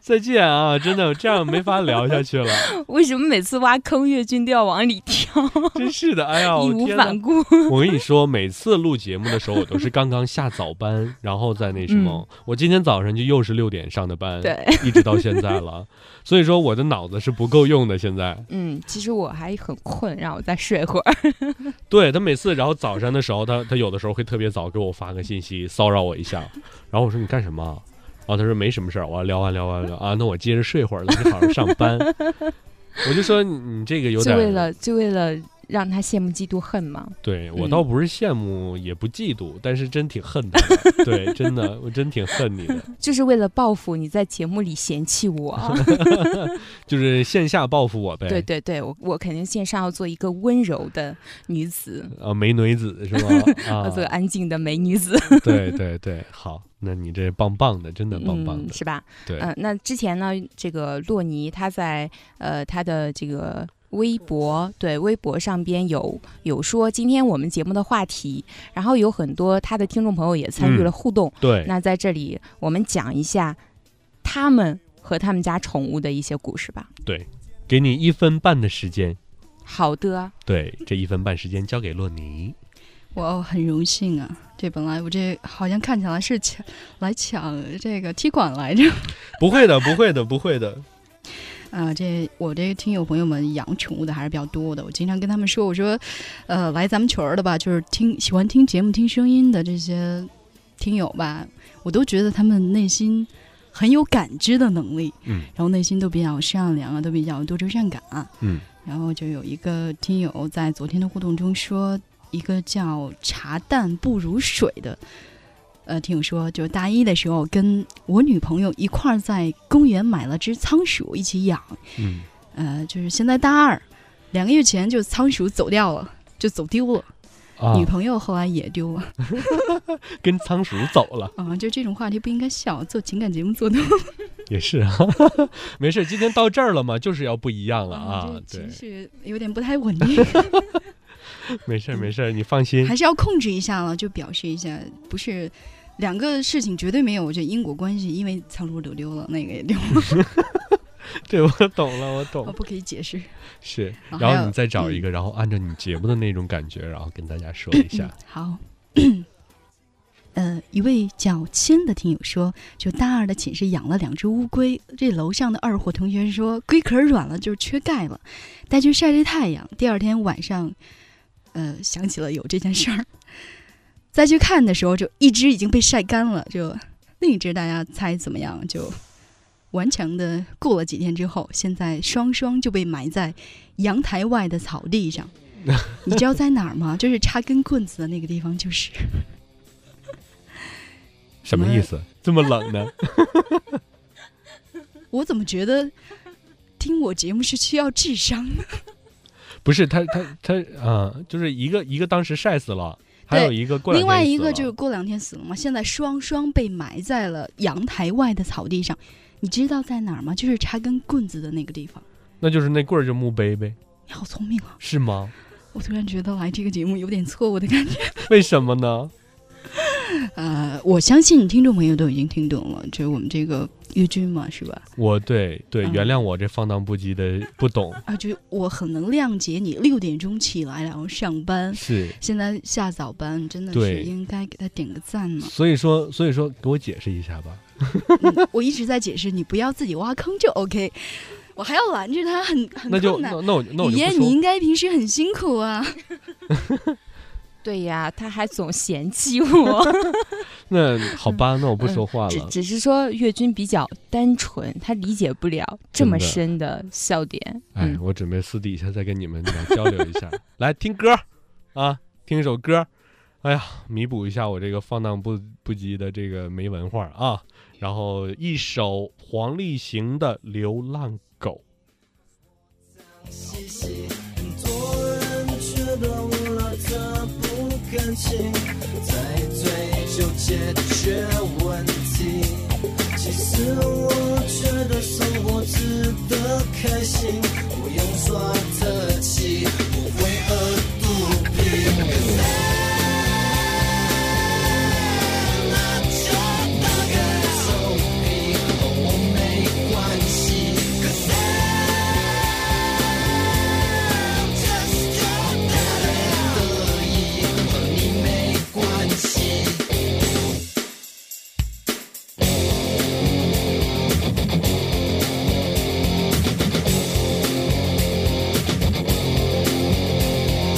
再见啊，真的这样没法聊下去 了， 为什么每次挖坑越军都要往里跳，真是的，哎呀，义我无天呐反顾？ 我跟你说，每次录节目的时候，我都是刚刚下早班，然后再那什么。我今天早上就又是六点上的班， 对，一直到现在了。所以说我的脑子是不够用的。现在，嗯，其实我还很困，让我再睡会儿。对他每次，然后早上的时候，他他有的时候会特别早给我发个信息骚扰我一下，然后我说你干什么？然后他说没什么事儿，我要聊完聊完聊啊，那我接 着睡会儿了，你好好上班。我就说你你这个有就点为了就为了让他羡慕、嫉妒、恨吗？对我嗯倒不是羡慕，也不嫉妒，但是真挺恨他的。对，真的，我真挺恨你的，就是为了报复你在节目里嫌弃 我。就是线下报复我呗。对对对，我我肯定线上要做一个温柔的女子，啊，美女子是吧？ 啊要，做安静的美女子，对对对，好，那你这棒棒的，真的棒棒嗯，的，是吧？对，嗯、那之前呢，这个洛尼他在呃他的这个微博对微博上边有有说今天我们节目的话题，然后有很多他的听众朋友也参与了互嗯动。嗯对，那在这里我们讲一下他们和他们家宠物的一些故事吧。给你一分半的时间，好的，对，这一分半时间交给洛尼，我很荣幸啊！这本来我这好像看起来是抢来抢这个踢馆来着。 不会的，不会的，不会的，啊，这我这听友朋友们养宠物的还是比较多的。我经常跟他们说，我说，呃，来咱们群儿的吧，就是听喜欢听节目、听声音的这些听友吧，我都觉得他们内心很有感知的能力，嗯，然后内心都比较善良啊，都比较多愁善感啊，嗯。然后就有一个听友在昨天的互动中说，一个叫“茶淡不如水”的呃，听我说，就是大一的时候跟我女朋友一块儿在公园买了只仓鼠一起养，嗯，呃，就是现在大二，两个月前就仓鼠走掉了，就走丢了，啊，女朋友后来也丢了，跟仓鼠走了，啊、就这种话题不应该笑，做情感节目做多也是啊， 没事，今天到这儿了嘛，就是要不一样了啊，这 对情，绪有点不太稳定，没事没事，你放心嗯还，是要控制一下了，就表示一下，不是。两个事情绝对没有这因果关系，因为仓鼠走丢了，那个也丢了，对我懂了，我我懂，不可以解释。是，然后哦然后还有嗯你再找一个，然后按照你节目的那种感觉，然后跟大家说一下嗯，好。 呃，一位叫千的听友说，就大二的寝室养了两只乌龟。这楼上的二货同学说，龟壳软了，就是缺钙了，带去晒晒太阳。第二天晚上，呃，想起了有这件事儿，再去看的时候，就一只已经被晒干了，就另一只大家猜怎么样？就顽强的过了几天之后，现在双双就被埋在阳台外的草地上。你知道在哪儿吗？ 就是插根棍子的那个地方，就是什么意嗯思？这么冷呢？我怎么觉得听我节目是需要智商的？不是他他他啊、就是一个一个当时晒死了，还有一个过两另天外死一个了就是过两天死了嘛，现在双双被埋在了阳台外的草地上。你知道在哪儿吗？就是插根棍子的那个地方。那就是那棍儿就墓碑呗，你好聪明啊！是吗？我突然觉得来这个节目有点错误的感觉。为什么呢？ 呃，我相信听众朋友都已经听懂了，就是我们这个岳军嘛，是吧？我对对，嗯原谅我这放荡不羁的不懂，啊，就是我很能谅解你六点钟起来然后上班， 是。现在下早班真的对是应该给他点个 赞呢。所以说，所以说，给我解释一下吧。嗯我一直在解释，你不要自己挖坑就 OK，我还要拦着 他，很很那就困那难。那我那我雨就不嫣，你说。应该平时很辛苦啊。对呀，他还总嫌弃我。那好吧，那我嗯不说话只了。只是说月军比较单纯，他理解不了这么深的笑点。哎，嗯，我准备私底下再跟你们来交流一下。 来听歌儿啊，听一首歌儿。哎呀，弥补一下我这个放荡不不羁的这个没文化啊。然后一首黄立行的《流浪狗流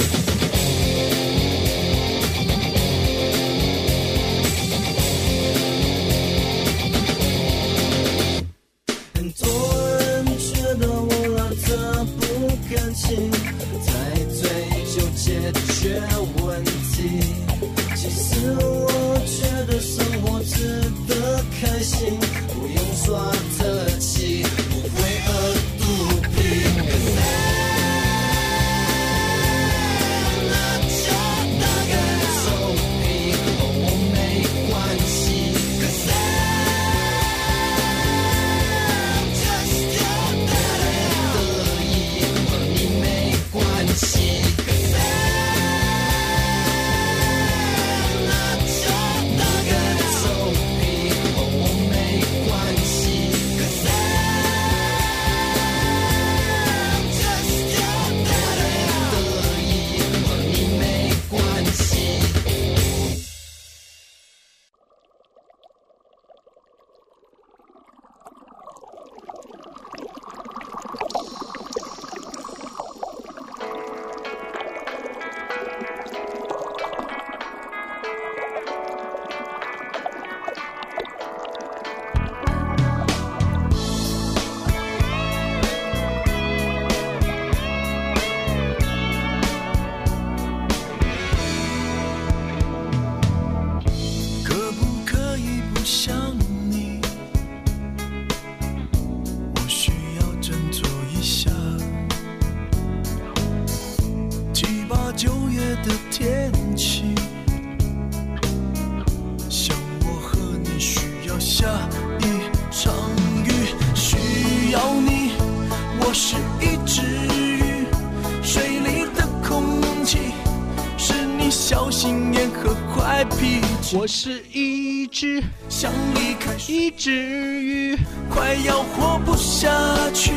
浪狗，白皮纸，我是一只想离开时一只鱼，快要活不下去，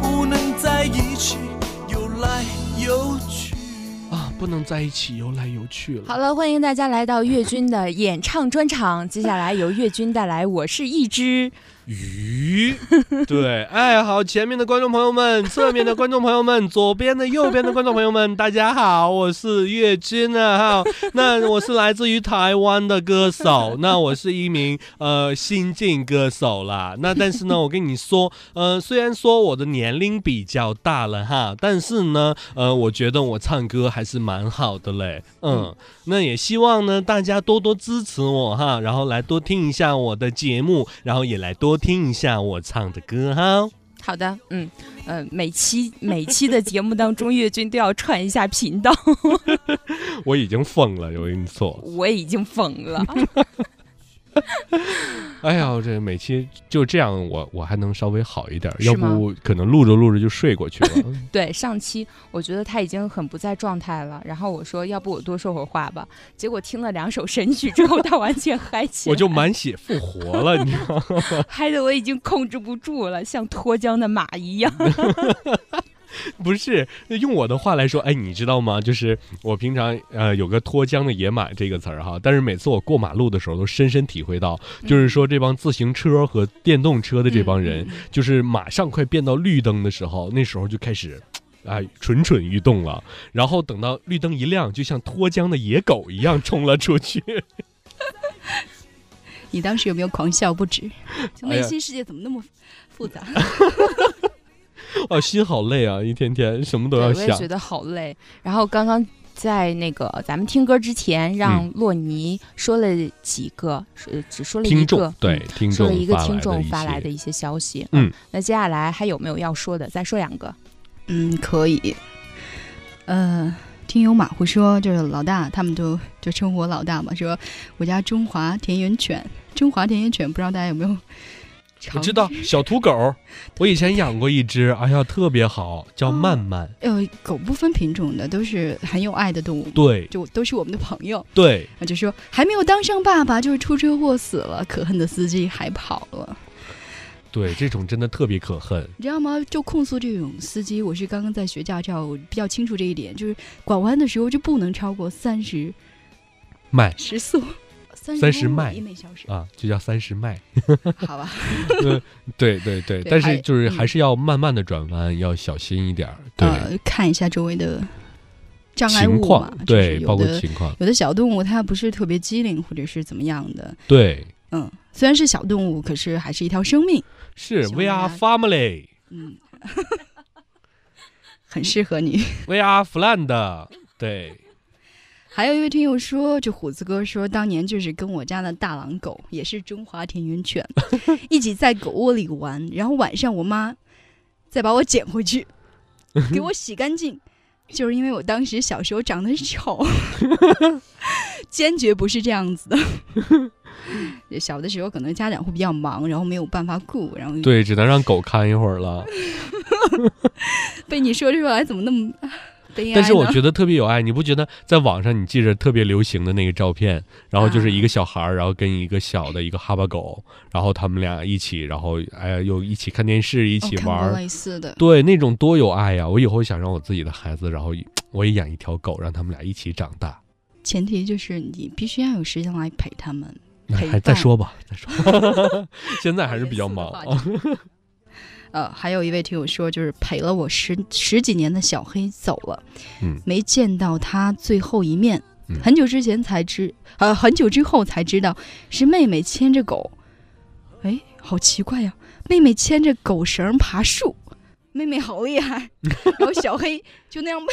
不能在一起，游来游去。啊，不能在一起游来游去了。好了，欢迎大家来到岳军的演唱专场。接下来由岳军带来《我是一只鱼，对，哎，好，前面的观众朋友们，侧面的观众朋友们，左边的、右边的观众朋友们，大家好，我是岳军啊，哈，那我是来自于台湾的歌手，那我是一名呃新晋歌手啦，那但是呢，我跟你说，呃，虽然说我的年龄比较大了哈，但是呢，呃，我觉得我唱歌还是蛮好的嘞，嗯，那也希望呢大家多多支持我哈，然后来多听一下我的节目，然后也来多听一下我唱的歌哈。》。好的，嗯，呃，每期每期的节目当中，岳军都要串一下频道，我已经疯了，有你错。 我已经疯了。哎呀，这每期就这样，我我还能稍微好一点，是要吗不可能录着录着就睡过去了。 对，上期我觉得他已经很不在状态了，然后我说要不我多说会儿话吧，结果听了两首神曲之后，他完全嗨起来，我就满血复活了，你知道吗？ 嗨的我已经控制不住了，像脱缰的马一样。不是用我的话来说，哎，你知道吗？就是我平常呃有个“脱缰的野马”这个词儿哈，但是每次我过马路的时候，都深深体会到，就是说这帮自行车和电动车的这帮人，就是马上快变到绿灯的时候，那时候就开始。哎，蠢蠢欲动了，然后等到绿灯一亮，就像脱缰的野狗一样冲了出去。 你当时有没有狂笑不止？就哎内呀心世界怎么那么复杂？哦，心好累啊，一天天什么都对，要我也想觉。得好累。然后刚刚在那个咱们听歌之前，嗯让洛尼说了几个，呃，只说了一听个众，对听说众了一个发听众发来来的的一一些消息。嗯，那接下来还有没有要说的？再说两个。嗯，可以。呃，听友马虎说，就是老大，他们都就称呼我老大嘛，说我家中华田园犬，中华田园犬，不知道大家有没有些，尝？我知道小土狗，我以前养过一只，哎呀，特别好，叫曼曼。哦呃，狗不分品种的，都是很有爱的动物，对就都是我们的朋友。对，啊，就说还没有当上爸爸，就是出车祸死了，可恨的司机还跑了，对，这种真的特别可恨。你知道吗？就控诉这种司机，我是刚刚在学驾照，我比较清楚这一点，就是拐弯的时候就不能超过三十迈时速。 30公迈里每小 时，啊，就叫三十 迈。呃好吧？对对对，对但是还就是嗯还是要慢慢的转弯，要小心一点儿。对，呃，看一下周围的障碍情物嘛况，就是对，有包括的情况，有的小动物它不是特别机灵，或者是怎么样的，对，嗯，虽然是小动物，可是还是一条生命，是希望 We 大 are 家 family, 嗯， 很适合你。 We are friend。对，还有一位听友说，这虎子哥说，当年就是跟我家的大狼狗，也是中华田园犬， 一起在狗窝里玩，然后晚上我妈再把我捡 回去，给我洗干净，就是因为我当时小时候长得丑， 坚决不是这样子的。小的时候可能家长会比较忙，然后没有办法顾，然后对，只能让狗看一会儿了。被你说出来怎么那么悲哀呢？但是我觉得特别有爱，你不觉得？在网上你记着特别流行的那个照片，然后就是一啊个小孩儿，然后跟一个小的一个哈巴狗，然后他们俩一起，然后哎呀又一起看电视，一我起哦看玩过儿，类似的，对，那种多有爱呀！我以后想让我自己的孩子，然后也我也养一条狗，让他们俩一起长大。前提就是你必须要有时间来陪他们。那陪还再伴说吧，再 说。现在还是比较忙。 严肃的话题呃，还有一位听友说，就是陪了我十十几年的小黑走了，嗯没见到他最后一面，嗯很久之前才知，呃，很久之后才知道是妹妹牵着狗，哎，好奇怪呀、妹妹牵着狗绳爬树，妹妹好 厉害，然后小黑就那样被，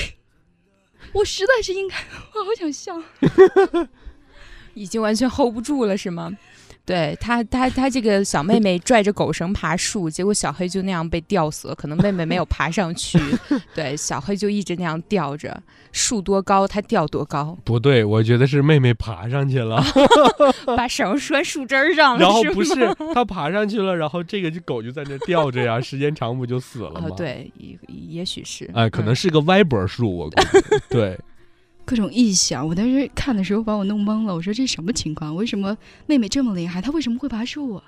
我实在是应该，我好想笑，已经完全 hold 不住了，是吗？ 对他，他他这个小妹妹拽着狗绳爬树，结果小黑就那样被吊死了。可能妹妹没有爬上 去，对，小黑就一直那样吊着，树多高他吊多 高，不对，我觉得是妹妹爬上去了，把绳拴树枝儿啊上了， 然后是不吗是她爬上去了，然后这个就狗就在那吊着呀，时间长不就死了吗呃哦，？对，也也许是，哎，可能嗯 是个歪脖树，我估计。对，各种异响，我当时看的时候把我弄懵了。我说这什么情况？为什么妹妹这么厉害？她为什么会爬树啊？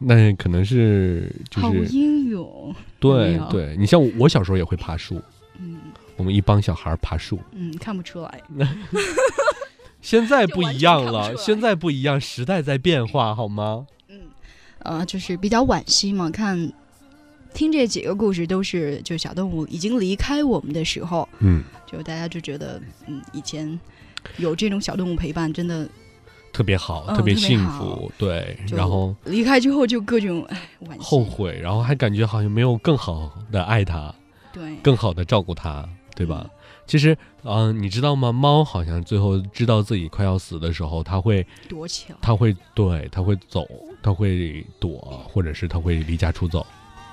那可能是就好啊是英勇。对有对，你像我我小时候也会爬树，嗯我们一帮小孩儿爬树，嗯，看不出来。现在不一样就完全看了，不出来现在不一样，时代在变化，好吗？嗯，呃，就是比较惋惜嘛。看听这几个故事都是，就小动物已经离开我们的时候，嗯，就大家就觉得，嗯，以前有这种小动物陪伴，真的特别好，嗯特别特别幸好福，对，就然后离开之后就各种哎惋惜。后悔，然后还感觉好像没有更好的爱它，对，更好的照顾它，对吧？其实，嗯、你知道吗？猫好像最后知道自己快要死的时候，它会，多巧。它会，对，它会走，它会躲，或者是它会离家出走。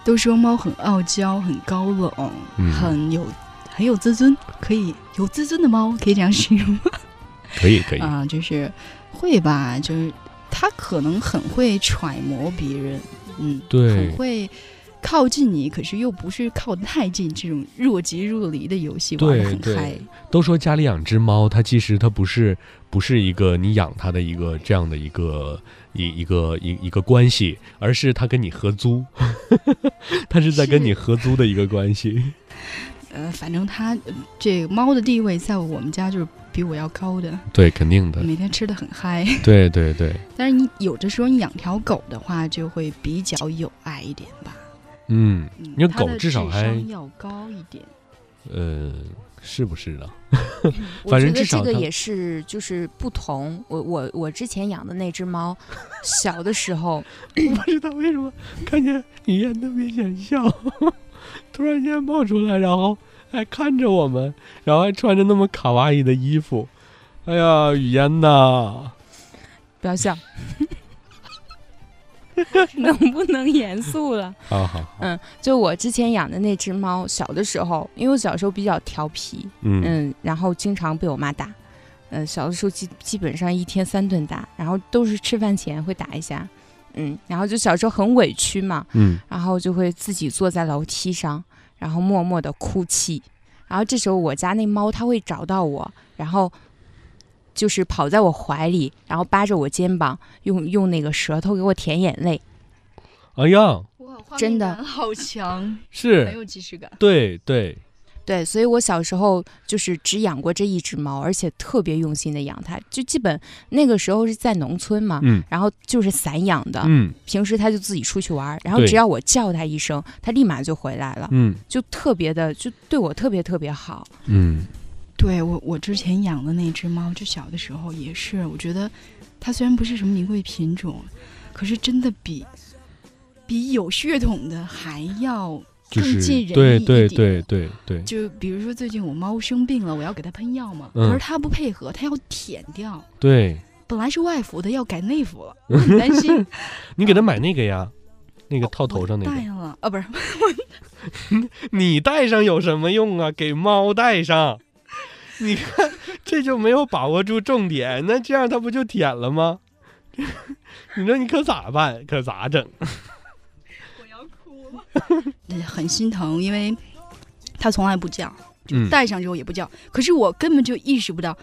都说猫很傲娇，很高冷，嗯很有很有自尊，可以有自尊的猫可以这样 形容吗可以，可以，啊，就是会吧，就是它可能很会揣摩别人，嗯，对很，会靠近你，可是又不是靠得太近，这种若即若离的游戏玩对的很对嗨。都说家里养只猫，它其实它不是不是一个你养它的一个这样的一个一一个一一个关系，而是它跟你合租， 它是在跟是你合租的一个关系。呃，反正它呃这个猫的地位在我们家就是比我要高的，对，肯定的，每天吃的很嗨。 对对对，但是你有的时候你养条狗的话，就会比较有爱一点吧。嗯，嗯因为它狗的至少还商要高一点。呃，是不是呢？我反觉正得至少这个它也是就是不同。我我我之前养的那只猫，小的时候不知道为什么看见雨燕特别想笑， 突然间冒出来，然后还看着我们，然后还穿着那么卡哇伊的衣服。哎呀，雨燕呐，不要 笑，能不能严肃了？好好好，嗯，就我之前养的那只猫，小的时候，因为我小时候比较调皮，嗯嗯，然后经常被我妈打。嗯，小的时候基基本上一天三顿打，然后都是吃饭前会打一下，嗯，然后就小时候很委屈嘛，嗯，然后就会自己坐在楼梯上，然后默默的哭泣。然后这时候我家那猫它会找到我，然后就是跑在我怀里，然后扒着我肩膀，用用那个舌头给我舔眼泪。哎呀，哇，画面真的感好强，很是有即视感。对对，对，所以我小时候就是只养过这一只猫，而且特别用心的养它，就基本那个时候是在农村啊嘛，嗯然后就是散养的，嗯平时它就自己出去玩儿，然后对只要我叫它一声，它立马就回来啊了，嗯就特别的就对我特别特别好。嗯，对我，我之前养的那只猫，就小的时候也是，我觉得它虽然不是什么名贵品种，可是真的比比有血统的还要。就是更近人对意一对点对对对，就比如说最近我猫生病了，我要给它喷药嘛，嗯可是它不配合，它要舔掉。对本来是外服的，要改内 服了，我很担心。你给他买那个呀，那哦个套头上那我个，戴了啊，不是，你戴上有什么用啊？给猫戴上，你看这就没有把握住重点，那这样它不就舔了吗？你说你可咋办？可咋整？呃很心疼，因为它从来不叫，嗯戴上之后也不叫。可是我根本就意识不到，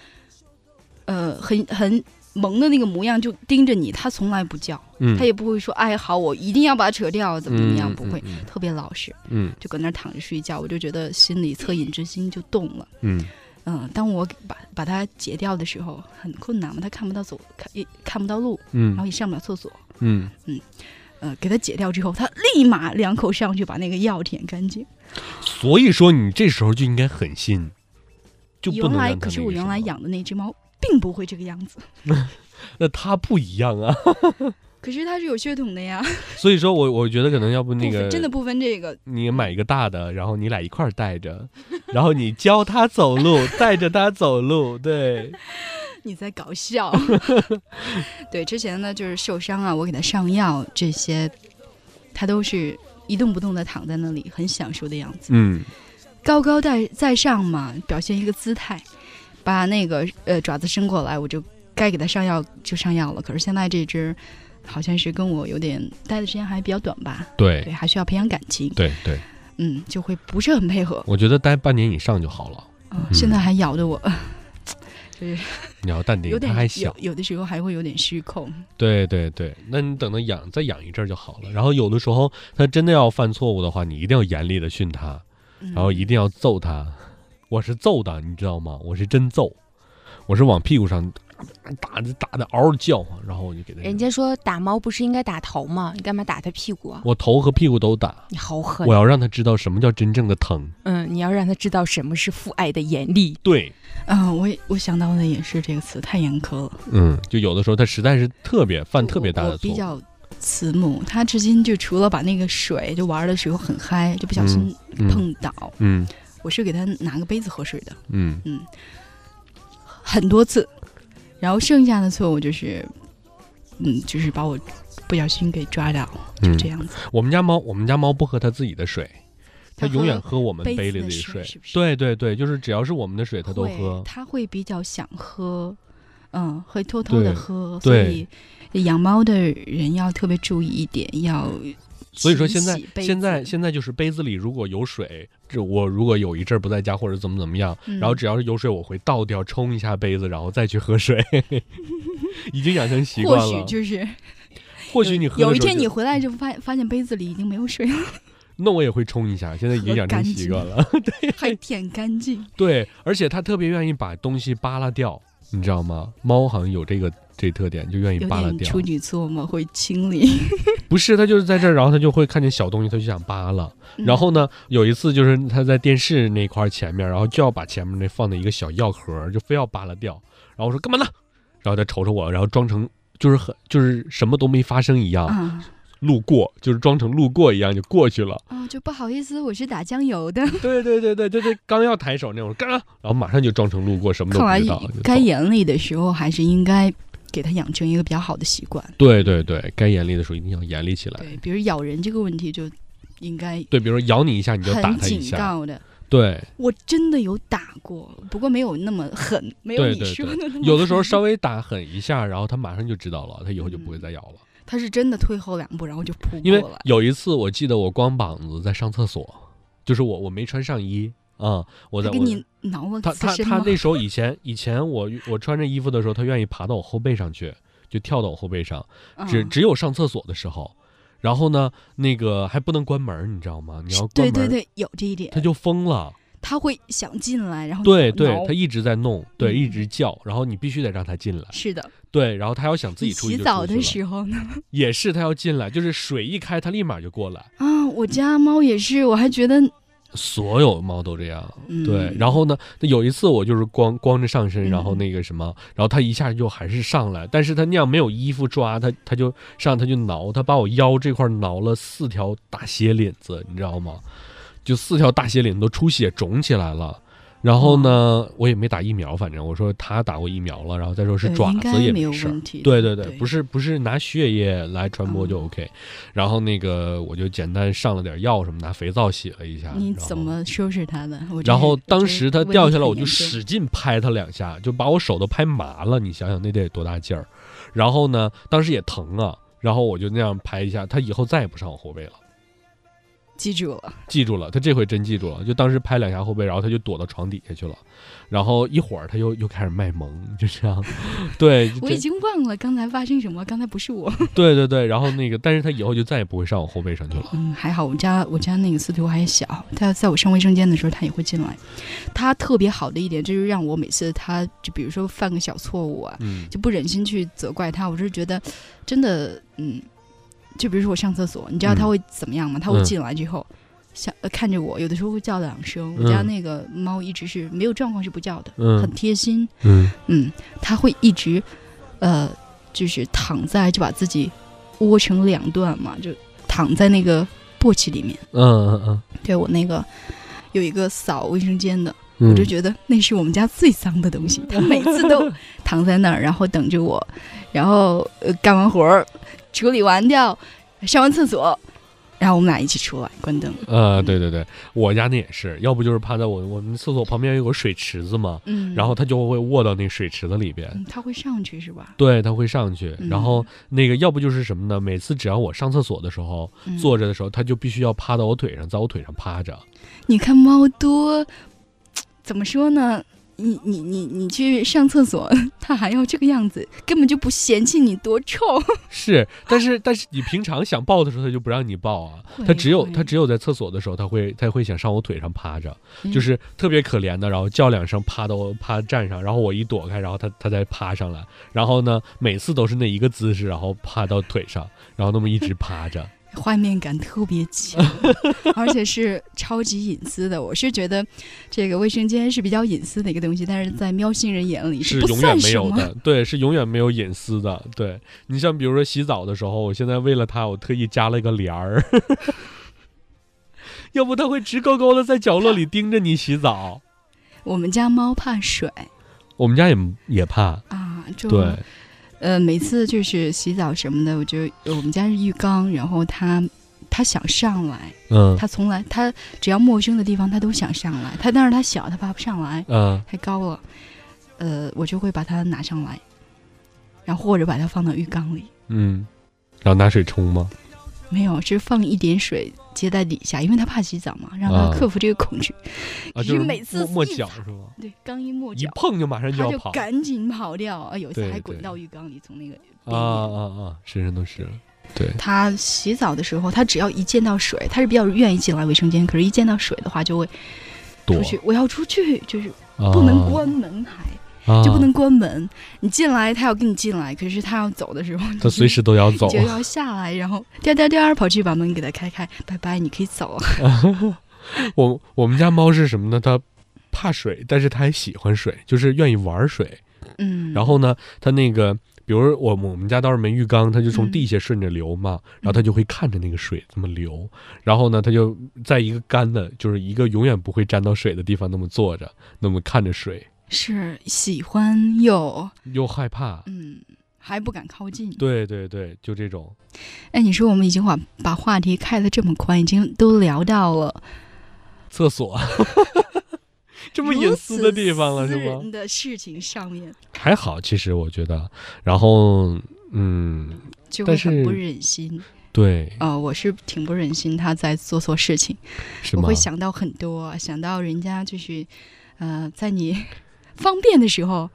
呃，很很萌的那个模样就盯着你，它从来不叫，它嗯也不会说哎好，我一定要把它扯掉，怎么怎么样，嗯不会嗯嗯，特别老实，嗯就搁那儿躺着睡觉，我就觉得心里恻隐之心就动了。嗯，嗯，当我给把把它截掉的时候，很困难嘛，它看不到走，看也看不到路，然后嗯也上不了厕所。嗯，呃，给它解掉之后，它立马两口上去把那个药舔干净。所以说你这时候就应该狠心，就不原能来让它可是那个我原什来么，养的那只猫并不会这个样子，那它不一样啊。可是它是有血统的呀，所以说我我觉得可能要不那不个分真的不分这个。你买一个大的，然后你俩一块儿带着，然后你教它走路，带着它走路，对，你在 搞笑？对，之前呢就是受伤啊，我给它上药这些，它都是一动不动的躺在那里，很享受的样子，嗯高高在在上嘛，表现一个姿态，把那个呃爪子伸过来，我就该给它上药就上药了。可是现在这只好像是跟我有点待的时间还比较短吧，对对，还需要培养感情，对对，嗯，就会不是很配合。哦我觉得待半年以上就好了。啊，现在还咬着我，就是你要淡定，有点它还有小。有的时候还会有点失控。对对对，那你等它养再养一阵儿就好了。然后有的时候它真的要犯错误的话，你一定要严厉的训它，嗯然后一定要揍它。我是揍的，你知道吗？我是真揍，我是往屁股上打的打的嗷叫，然后我就给它。人家说打猫不是应该打头吗？你干嘛打它屁股啊？我头和屁股都打，你好狠我！要让它知道什么叫真正的疼。嗯，你要让它知道什么是父爱的严厉。对，啊，我也我想到的也是这个词，太严苛了。嗯，就有的时候它实在是特别犯特别大我的我错比误。较慈母，他至今就除了把那个水就玩的时候很嗨，就不小心碰倒，嗯我是给他拿个杯子喝水的嗯，很多次，然后剩下的错误就是，嗯，就是把我不小心给抓到，就嗯这样子。我们家猫，我们家猫不喝它自己的水，它它永远喝喝我们杯杯子里的的水水。是不是对对对，就是只要是我们的水，它都会喝。它会比较想喝，嗯，会偷偷对的喝，所对以养猫的人要特别注意一点，要所以说勤现在洗杯现在子现在就是杯子里如果有水，这我如果有一阵儿不在家或者怎么怎么样，嗯然后只要是有水，我会倒掉冲一下杯子，然后再去喝 水，已经养成习惯或了。许就是或许你喝有的一时候天你就回来就发发现杯子里已经没有水了，那我也会冲一下，现在已经喝养成干习净惯了。 还舔干净。对，而且它特别愿意把东西扒拉掉，你知道吗？猫好像有这个这特点，就愿意有扒拉点掉处。女座嘛，会清理。不是，它就是在这儿，然后它就会看见小东西，它就想扒拉。 嗯然后呢，有一次就是它在电视那块儿前面，然后就要把前面那放的一个小药盒儿，就非要扒拉掉。然后我说干嘛呢？然后它瞅瞅我，然后装成就是很就是什么都没发生一样，啊路过就是装成路过一样就过去 了。啊，就不好意思，我是打酱油的。对对对对对对，刚要抬手那种，干嘛？然后马上就装成路过，什么都看不来知道。就该走严厉的时候，还是应该给它养成一个比较好的习惯。对对对，该严厉的时候一定要严厉起来。对，比如咬人这个问题，就应该对，比如说咬你一下，你就打很他一警下。告的。对，我真的有打过，不过没有那么 狠，没有对你对说的那么狠有的时候稍微打狠一下，然后他马上就知道了，他以后就嗯不会再咬了。它是真的退后两步，然后就扑因为过来。有一次我记得我光膀子在上厕所，就是我我没穿上衣啊、我在它给我你挠了他刺他身他吗那时候以前以前我我穿着衣服的时候，他愿意爬到我后背上去，就跳到我后背上。只嗯只有上厕所的时候，然后呢，那个还不能关门，你知道吗？你要关对门，对对，有这一点他，就疯了。它会想进来，然后对挠对，挠它一直在弄，对，嗯一直叫，然后你必须得让它进来，是的，对，然后它要想自己你出去洗就澡出的去了时候呢？也是它要进来，就是水一开它立马就过来，啊，我家猫也是，我还觉得，所有猫都这样，嗯，对。然后呢，有一次我就是光光着上身，嗯然后那个什么，然后它一下就还是上来，但是它那样没有衣服抓，它它就上它就挠，它把我腰这块挠了四条大血领子，你知道吗？就四条大血领都出血肿起来了。然后呢，我也没打疫苗，反正我说他打过疫苗了，然后再说是呃爪应子该也没有事儿问。题的，对对对，不是是不是拿血液来传播嗯就 OK，、然后那个我就简单上了点药什么，拿肥皂洗了一下。你然怎后？么收拾它的？我真然后是当时它这个问掉题下来，很我就严重使劲拍它两下，就把我手都拍麻了。你想想那得多大劲儿！然后呢，当时也疼啊，然后我就那样拍一下，它以后再也不上我后背了。记住了，记住了，他这回真记住了，就当时拍两下后背，然后他就躲到床底下去了，然后一会儿他又又开始卖萌，就这样， 对，就我这已经忘了刚才发生什么，刚才不是我，对对对，然后那个，但是他以后就再也不会上我后背上去了，嗯，还好我家我家那个司徒还小，他在我上卫生间的时候他也会进来，他特别好的一点就是让我每次他就比如说犯个小错误啊，嗯就不忍心去责怪他，我是觉得真的，嗯，就比如说我上厕所，你知道他嗯会怎么样吗？他会嗯进来之后，想、呃看着我，有的时候会叫两声。我家嗯那个猫一直是没有状况是不叫的，嗯很贴心，嗯，嗯，它会一直，呃，就是躺在就把自己窝成两段嘛，就躺在那个簸箕里面。嗯嗯对我那个有一个扫卫生间的，嗯，我就觉得那是我们家最脏的东西，他每次都躺在那儿，然后等着我，然后呃干完活儿，处理完掉，上完厕所，然后我们俩一起出来关灯。呃，对对对，我家那也是，要不就是趴在我我们厕所旁边有个水池子嘛，嗯，然后他就会卧到那个水池子里边，嗯他会上去是吧？对，他会上去，嗯然后那个要不就是什么呢？每次只要我上厕所的时候，嗯坐着的时候，他就必须要趴到我腿上，在我腿上趴着。你看猫多，怎么说呢？你你你你去上厕所， 它还要这个样子，根本就不嫌弃你多臭。嗯是，但是但是你平常想抱的时候，它就不让你抱啊， 它只有它只有在厕所的时候，它会它会想上我腿上趴着，嗯就是特别可怜的，然后叫两声趴到我趴站上，然后我一躲开，然后它它再趴上来，然后呢每次都是那一个姿势，然后趴到腿上，然后那么一直趴着。画面感特别 强，而且是超级隐私的。我是觉得，这个卫生间是比较隐私的一个东西，但是在喵星人眼里是不永远算没什有么。的，对，是永远没有隐私的。对你像比如说洗澡的时候，我现在为了它，我特意加了一个帘儿， 要不它会直勾勾的在角落里盯着你洗澡。我们家猫怕水我们家也也怕，啊，就对，呃，每次就是洗澡什么的，我就我们家是浴缸，然后它它想上来，嗯它从来它只要陌生的地方它都想上来，它但是它小它爬不上来，嗯，太高了，呃，我就会把它拿上来，然后或者把它放到浴缸里。嗯，然后拿水冲吗？没有，是放一点水接在底下，因为他怕洗澡嘛，让啊他克服这个恐惧。 啊，可就是是每次没没洗脚澡是吗？对，刚一没一脚，碰就马上就他要就跑赶紧跑掉。啊，有一次对还对滚到浴缸里，从那个啊啊啊！身上都是了，对，他洗澡的时候，他只要一见到水，他是比较愿意进来卫生间，可是一见到水的话，就会躲出去，我要出去，就是不能关门还。啊，就不能关门，你进来，他要跟你进来，可是他要走的时候，它随时都要走啊你 就要下来，然后颠颠颠儿跑去把门给他开开，拜拜，你可以走啊了。我我们家猫是什么呢？它怕水，但是它还喜欢水，就是愿意玩水。嗯，然后呢，它那个，比如我我们家倒是没浴缸，它就从嗯地下顺着流嘛，然后它就会看着那个水这么流，然后呢，它就在一个干的，就是一个永远不会沾到水的地方那么坐着，那么看着水，是喜欢又又害怕。嗯，还不敢靠近。对对对，就这种。哎，你说我们已经把把话题开的这么宽，已经都聊到了厕所， 这么隐私的地方了是如此私吗？人的事情上面还好，其实我觉得。然后，嗯，就但会是很不忍心。对，呃，我是挺不忍心他在做错事情，是我吗？会想到很多，想到人家就是，呃，在你 方便的时候。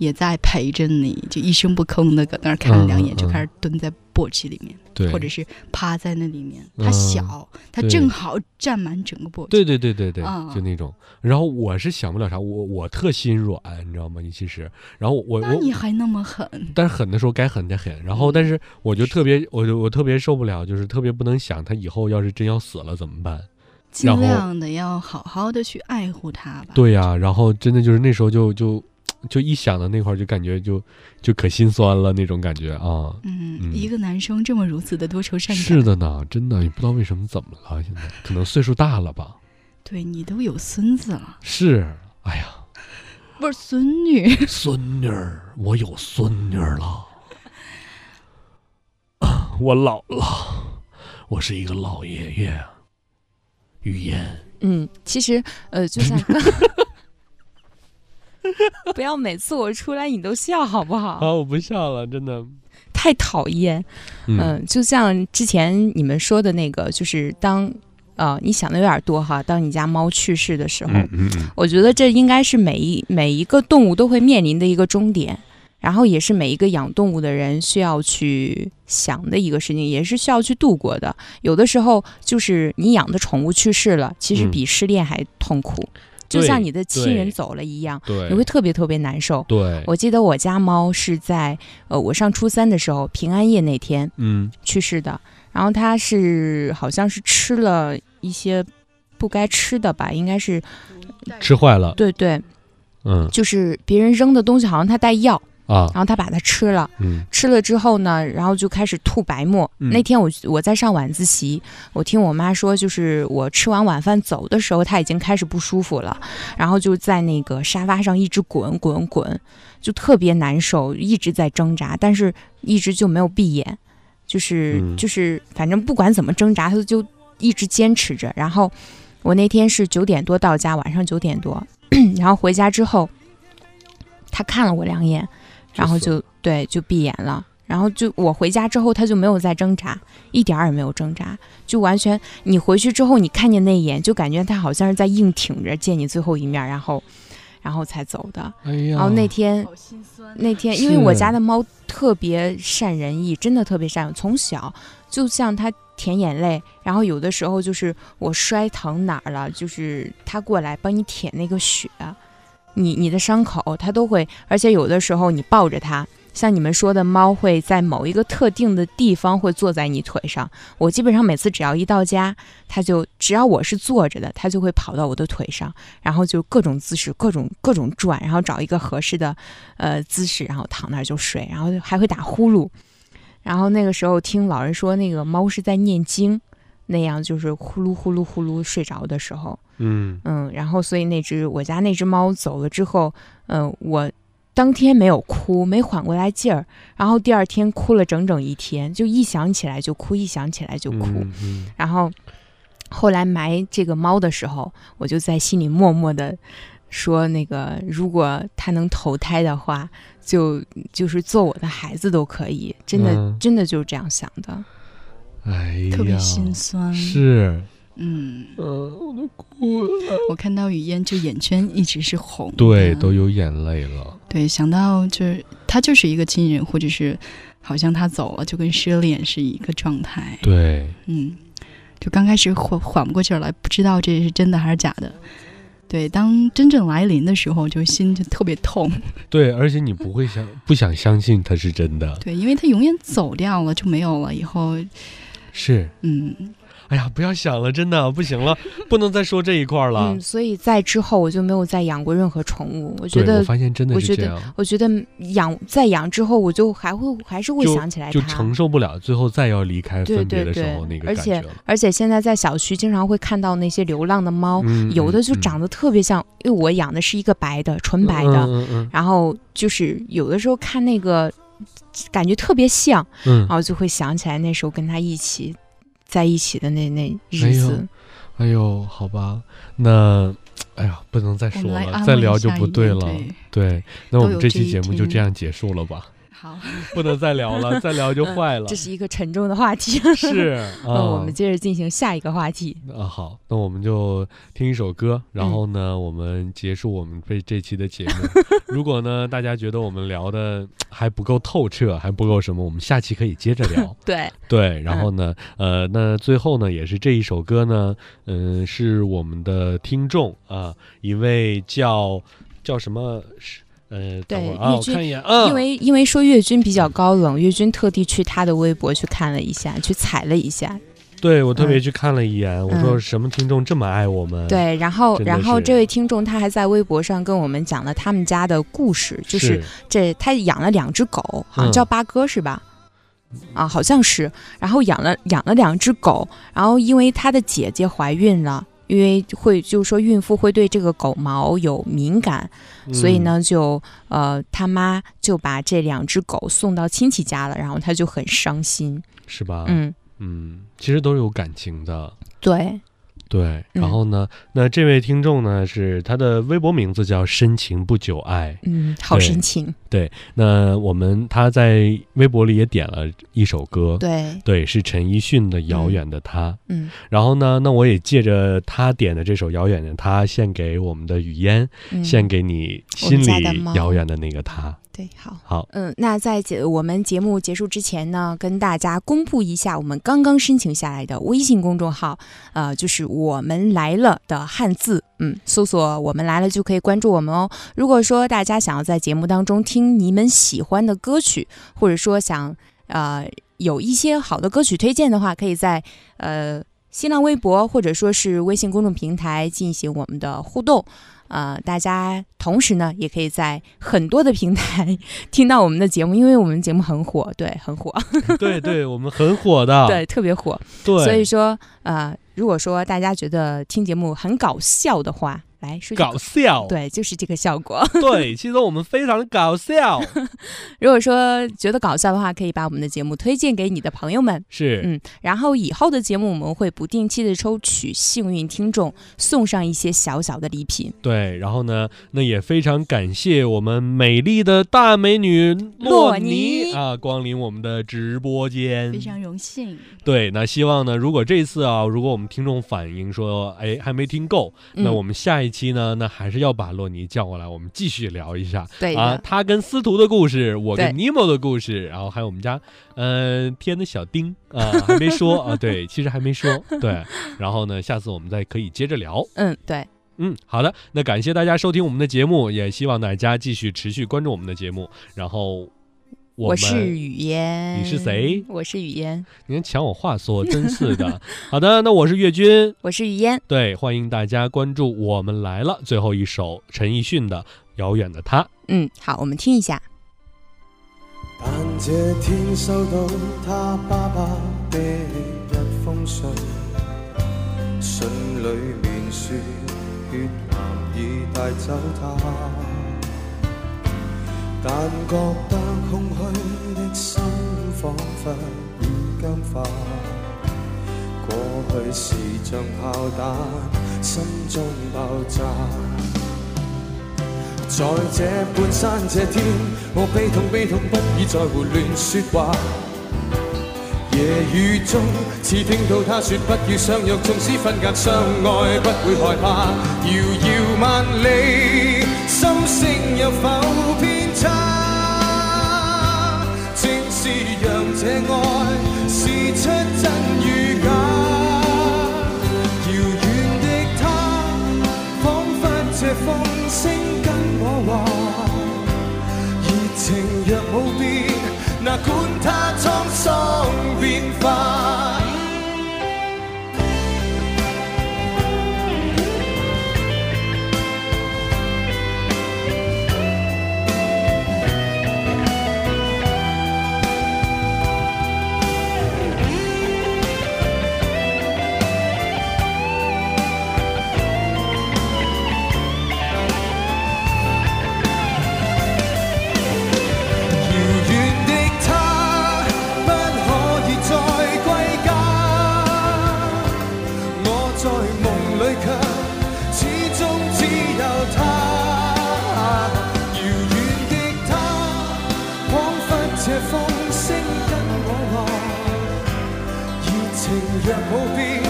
也在陪着你，就一声不吭的搁那儿看了两眼，嗯嗯就嗯开始蹲在簸箕里面，对，或者是趴在那里面。嗯它小，它对正好占满整个簸箕。对对对对对，啊就那种。然后我是想不了啥，我我特心软，你知道吗？你其实，然后我那我，你嗯还那么狠？但是狠的时候该狠得狠。然后，但是我就特别，我就我特别受不了，就是特别不能想他以后要是真要死了怎么办。尽然后量的要好好的去爱护它吧。对呀、然后真的就是那时候就就就一想到那块儿就感觉就就可心酸了那种感觉啊。嗯，嗯一个男生这么如此的多愁善感，是的呢，真的也不知道为什么怎么了，现在可能岁数大了吧。对你都有孙子了，是，哎呀，不是孙女，孙女儿，我有孙女儿了，我老了，我是一个老爷爷。语言，嗯，其实呃，就像 刚，不要每次我出来你都笑好不好？啊，我不笑了，真的。太讨厌。嗯嗯，就像之前你们说的那个，就是当呃你想的有点多哈，当你家猫去世的时候，嗯嗯，我觉得这应该是每一每一个动物都会面临的一个终点，然后也是每一个养动物的人需要去想的一个事情，也是需要去度过的。有的时候就是你养的宠物去世了，其实嗯比失恋还痛苦，就对像你的亲人对走了一样，对你会特别特别难受。对，我记得我家猫是在呃我上初三的时候平安夜那天嗯去世的，然后它是好像是吃了一些不该吃的吧，应该是吃坏了，对对，嗯就是别人扔的东西，好像它带药，啊，然后它把它吃了，嗯吃了之后呢，然后就开始吐白沫。嗯那天我我在上晚自习，我听我妈说，就是我吃完晚饭走的时候，它已经开始不舒服了，然后就在那个沙发上一直滚滚滚，就特别难受，一直在挣扎，但是一直就没有闭眼，就是、嗯就是，反正不管怎么挣扎，它就一直坚持着。然后我那天是九点多到家，晚上九点多， 然后回家之后，它看了我两眼。然后就对就闭眼了。然后就我回家之后，他就没有再挣扎，一点儿也没有挣扎，就完全你回去之后，你看见那一眼，就感觉他好像是在硬挺着见你最后一面，然后然后才走的。哎呀，然后那天好心酸。啊哎那天，因为是我家的猫特别善人意，真的特别善良，从小就像它舔眼泪，然后有的时候就是我摔疼哪儿了，就是它过来帮你舔那个血，你你的伤口它都会，而且有的时候你抱着它。像你们说的，猫会在某一个特定的地方会坐在你腿上。我基本上每次只要一到家，它就只要我是坐着的，它就会跑到我的腿上，然后就各种姿势、各种各种转，然后找一个合适的呃姿势，然后躺那儿就睡，然后还会打呼噜。然后那个时候听老人说，那个猫是在念经，那样就是呼噜呼噜呼噜睡着的时候，嗯，嗯，然后所以那只我家那只猫走了之后，嗯、我当天没有哭，没缓过来劲儿，然后第二天哭了整整一天，就一想起来就哭，一想起来就哭，嗯，嗯然后后来埋这个猫的时候，我就在心里默默的说，那个如果它能投胎的话，就就是做我的孩子都可以，真的、嗯真的就是这样想的。哎呀，特别心酸，是，嗯，呃，我都哭了，我看到雨嫣就眼圈一直是红嗯的，对，都有眼泪了，对，想到就是他就是一个亲人，或者是好像他走了，就跟失恋是一个状态。对，嗯，就刚开始缓缓不过劲儿来，不知道这是真的还是假的。对，当真正来临的时候，就心就特别 痛。对，而且你不会相不想相信它是真的，对，因为他永远走掉了，就没有了。以后，是，嗯，哎呀，不要想了，真的不行了，不能再说这一块儿了嗯，。所以在之后我就没有再养过任何宠物。我觉对，我得，发现真的我是觉这得样，我觉得养再养之后，我就还会还是会就想起来就它承。受不了最后再要离开对分别对的时对候那个而感且觉了。而且现在在小区经常会看到那些流浪的猫，嗯哦有的就嗯长得特别像，因为我养的是一个白的，纯白的，嗯嗯然后就是有的时候看那个，感觉特别像，嗯嗯，然后就会想起来那时候跟他一起在一起的那那哎日呦子。哎呦，好吧，那哎呀，不能再我说们来了，安再慰聊一就下不雨对嫣了。对对，那我都们有这这期一节目就天这样结束了 吧？好，不能再聊了，再聊就嗯坏了。 这是一个沉重的话题。 是啊，那我们接着进行下一个话题。。啊，好，那我们就听一首歌，然后呢，我们结束我们这这期的节目。 如果呢，大家觉得我们聊的还不够透彻，还不够什么，我们下期可以接着聊 对，对，然后呢，呃，那最后呢，也是这一首歌呢，嗯、是我们的听众啊、一位叫叫什么是呃，等会对儿啊，叶我君看一眼啊，因为因为说岳军比较高冷，岳军特地去他的微博去看了一下，去踩了一下。对我特别去看了一眼，我说嗯什么听众这么爱我们？对，然后嗯真的然后是这位听众他还在微博上跟我们讲了他们家的故事，就是是这他养了两只狗，嗯好像叫八哥是吧？啊，好像是。然后养了养了两只狗，然后因为他的姐姐怀孕了，因为会就是说孕妇会对这个狗毛有敏感，所以嗯呢就呃他妈就把这两只狗送到亲戚家了，然后他就很伤心。是吧？嗯，嗯，其实都是有感情的。对，对，然嗯后呢，那这位听众呢，是他的微博名字叫深情不久爱。嗯，好对深情。那我们他在微博里也点了一首歌，对，对，是陈奕迅的《遥远的他》。嗯然后呢，那我也借着他点的这首《遥远的他》，献给我们的雨嫣，嗯，献给你我心们家的里猫遥远的那个他。对好。 好，嗯，那在节我们节目结束之前呢，跟大家公布一下我们刚刚申请下来的微信公众号，呃，就是“我们来了”的汉字，嗯，搜索“我们来了”就可以关注我们哦。如果说大家想要在节目当中听你们喜欢的歌曲，或者说想呃有一些好的歌曲推荐的话，可以在呃新浪微博或者说是微信公众平台进行我们的互动。呃，大家同时呢，也可以在很多的平台听到我们的节目，因为我们节目很火，对，很火，对对，我们很火的， 对，特别火。对，所以说，呃，如果说大家觉得听节目很搞笑的话，来说句搞笑，对，就是这个效果。 对，其实我们非常的搞笑，如果说觉得搞笑的话，可以把我们的节目推荐给你的朋友们。是，嗯，然后以后的节目我们会不定期的抽取幸运听众，送上一些小小的礼品。对，然后呢，那也非常感谢我们美丽的大美女洛洛尼啊，光临我们的直播间非。常荣幸。对，那希望呢，如果这次啊，如果我们听众反映说，哎，还没听够，那嗯我们下一一期呢，那还是要把洛尼叫过来，我们继续聊一下对的，啊，他跟司徒的故事，我跟对尼莫的故事，然后还有我们家呃天的小丁啊，还没说啊，对，其实还没说，对，然后呢，下次我们再可以接着聊。嗯，对，嗯，好的，那感谢大家收听我们的节目，也希望大家继续持续关注我们的节目。然后我我们是雨嫣，你是谁？我是雨嫣，你能抢我话说，真是 的。好的，那我是岳军，我是雨嫣，对，欢迎大家关注我们来了最后一首陈奕迅的《遥远的他》。嗯，好，我们听一下，但这天收到他爸爸的一封信，信里面说血癌已带走他，但觉得空虚的心仿佛已僵化。过去是像炮弹，心中爆炸。在這半山這天，我悲痛悲痛，不已再胡亂說話。夜雨中，似聽到他說不要相約，縱使分隔相愛，不會害怕。遙遙萬里，心聲有否偏差？正是讓這愛試出真與假。遙遠的他。仿佛這風聲跟我話，熱情若冇變，哪管它滄桑變化。遙遠的他不可以再歸家，我在夢裏卻始終只有他。遙遠的他，彷彿這風聲跟我話，熱情若冇變，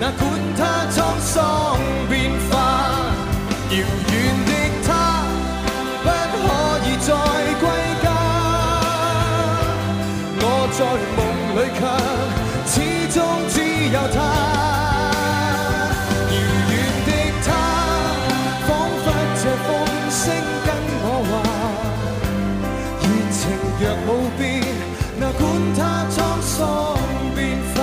哪管它滄桑變化。遙遠的他。不可以再歸家。我在夢裏卻始終只有他。遙遠的他，彷彿這風聲跟我話，熱情若冇變，哪管它滄桑變化。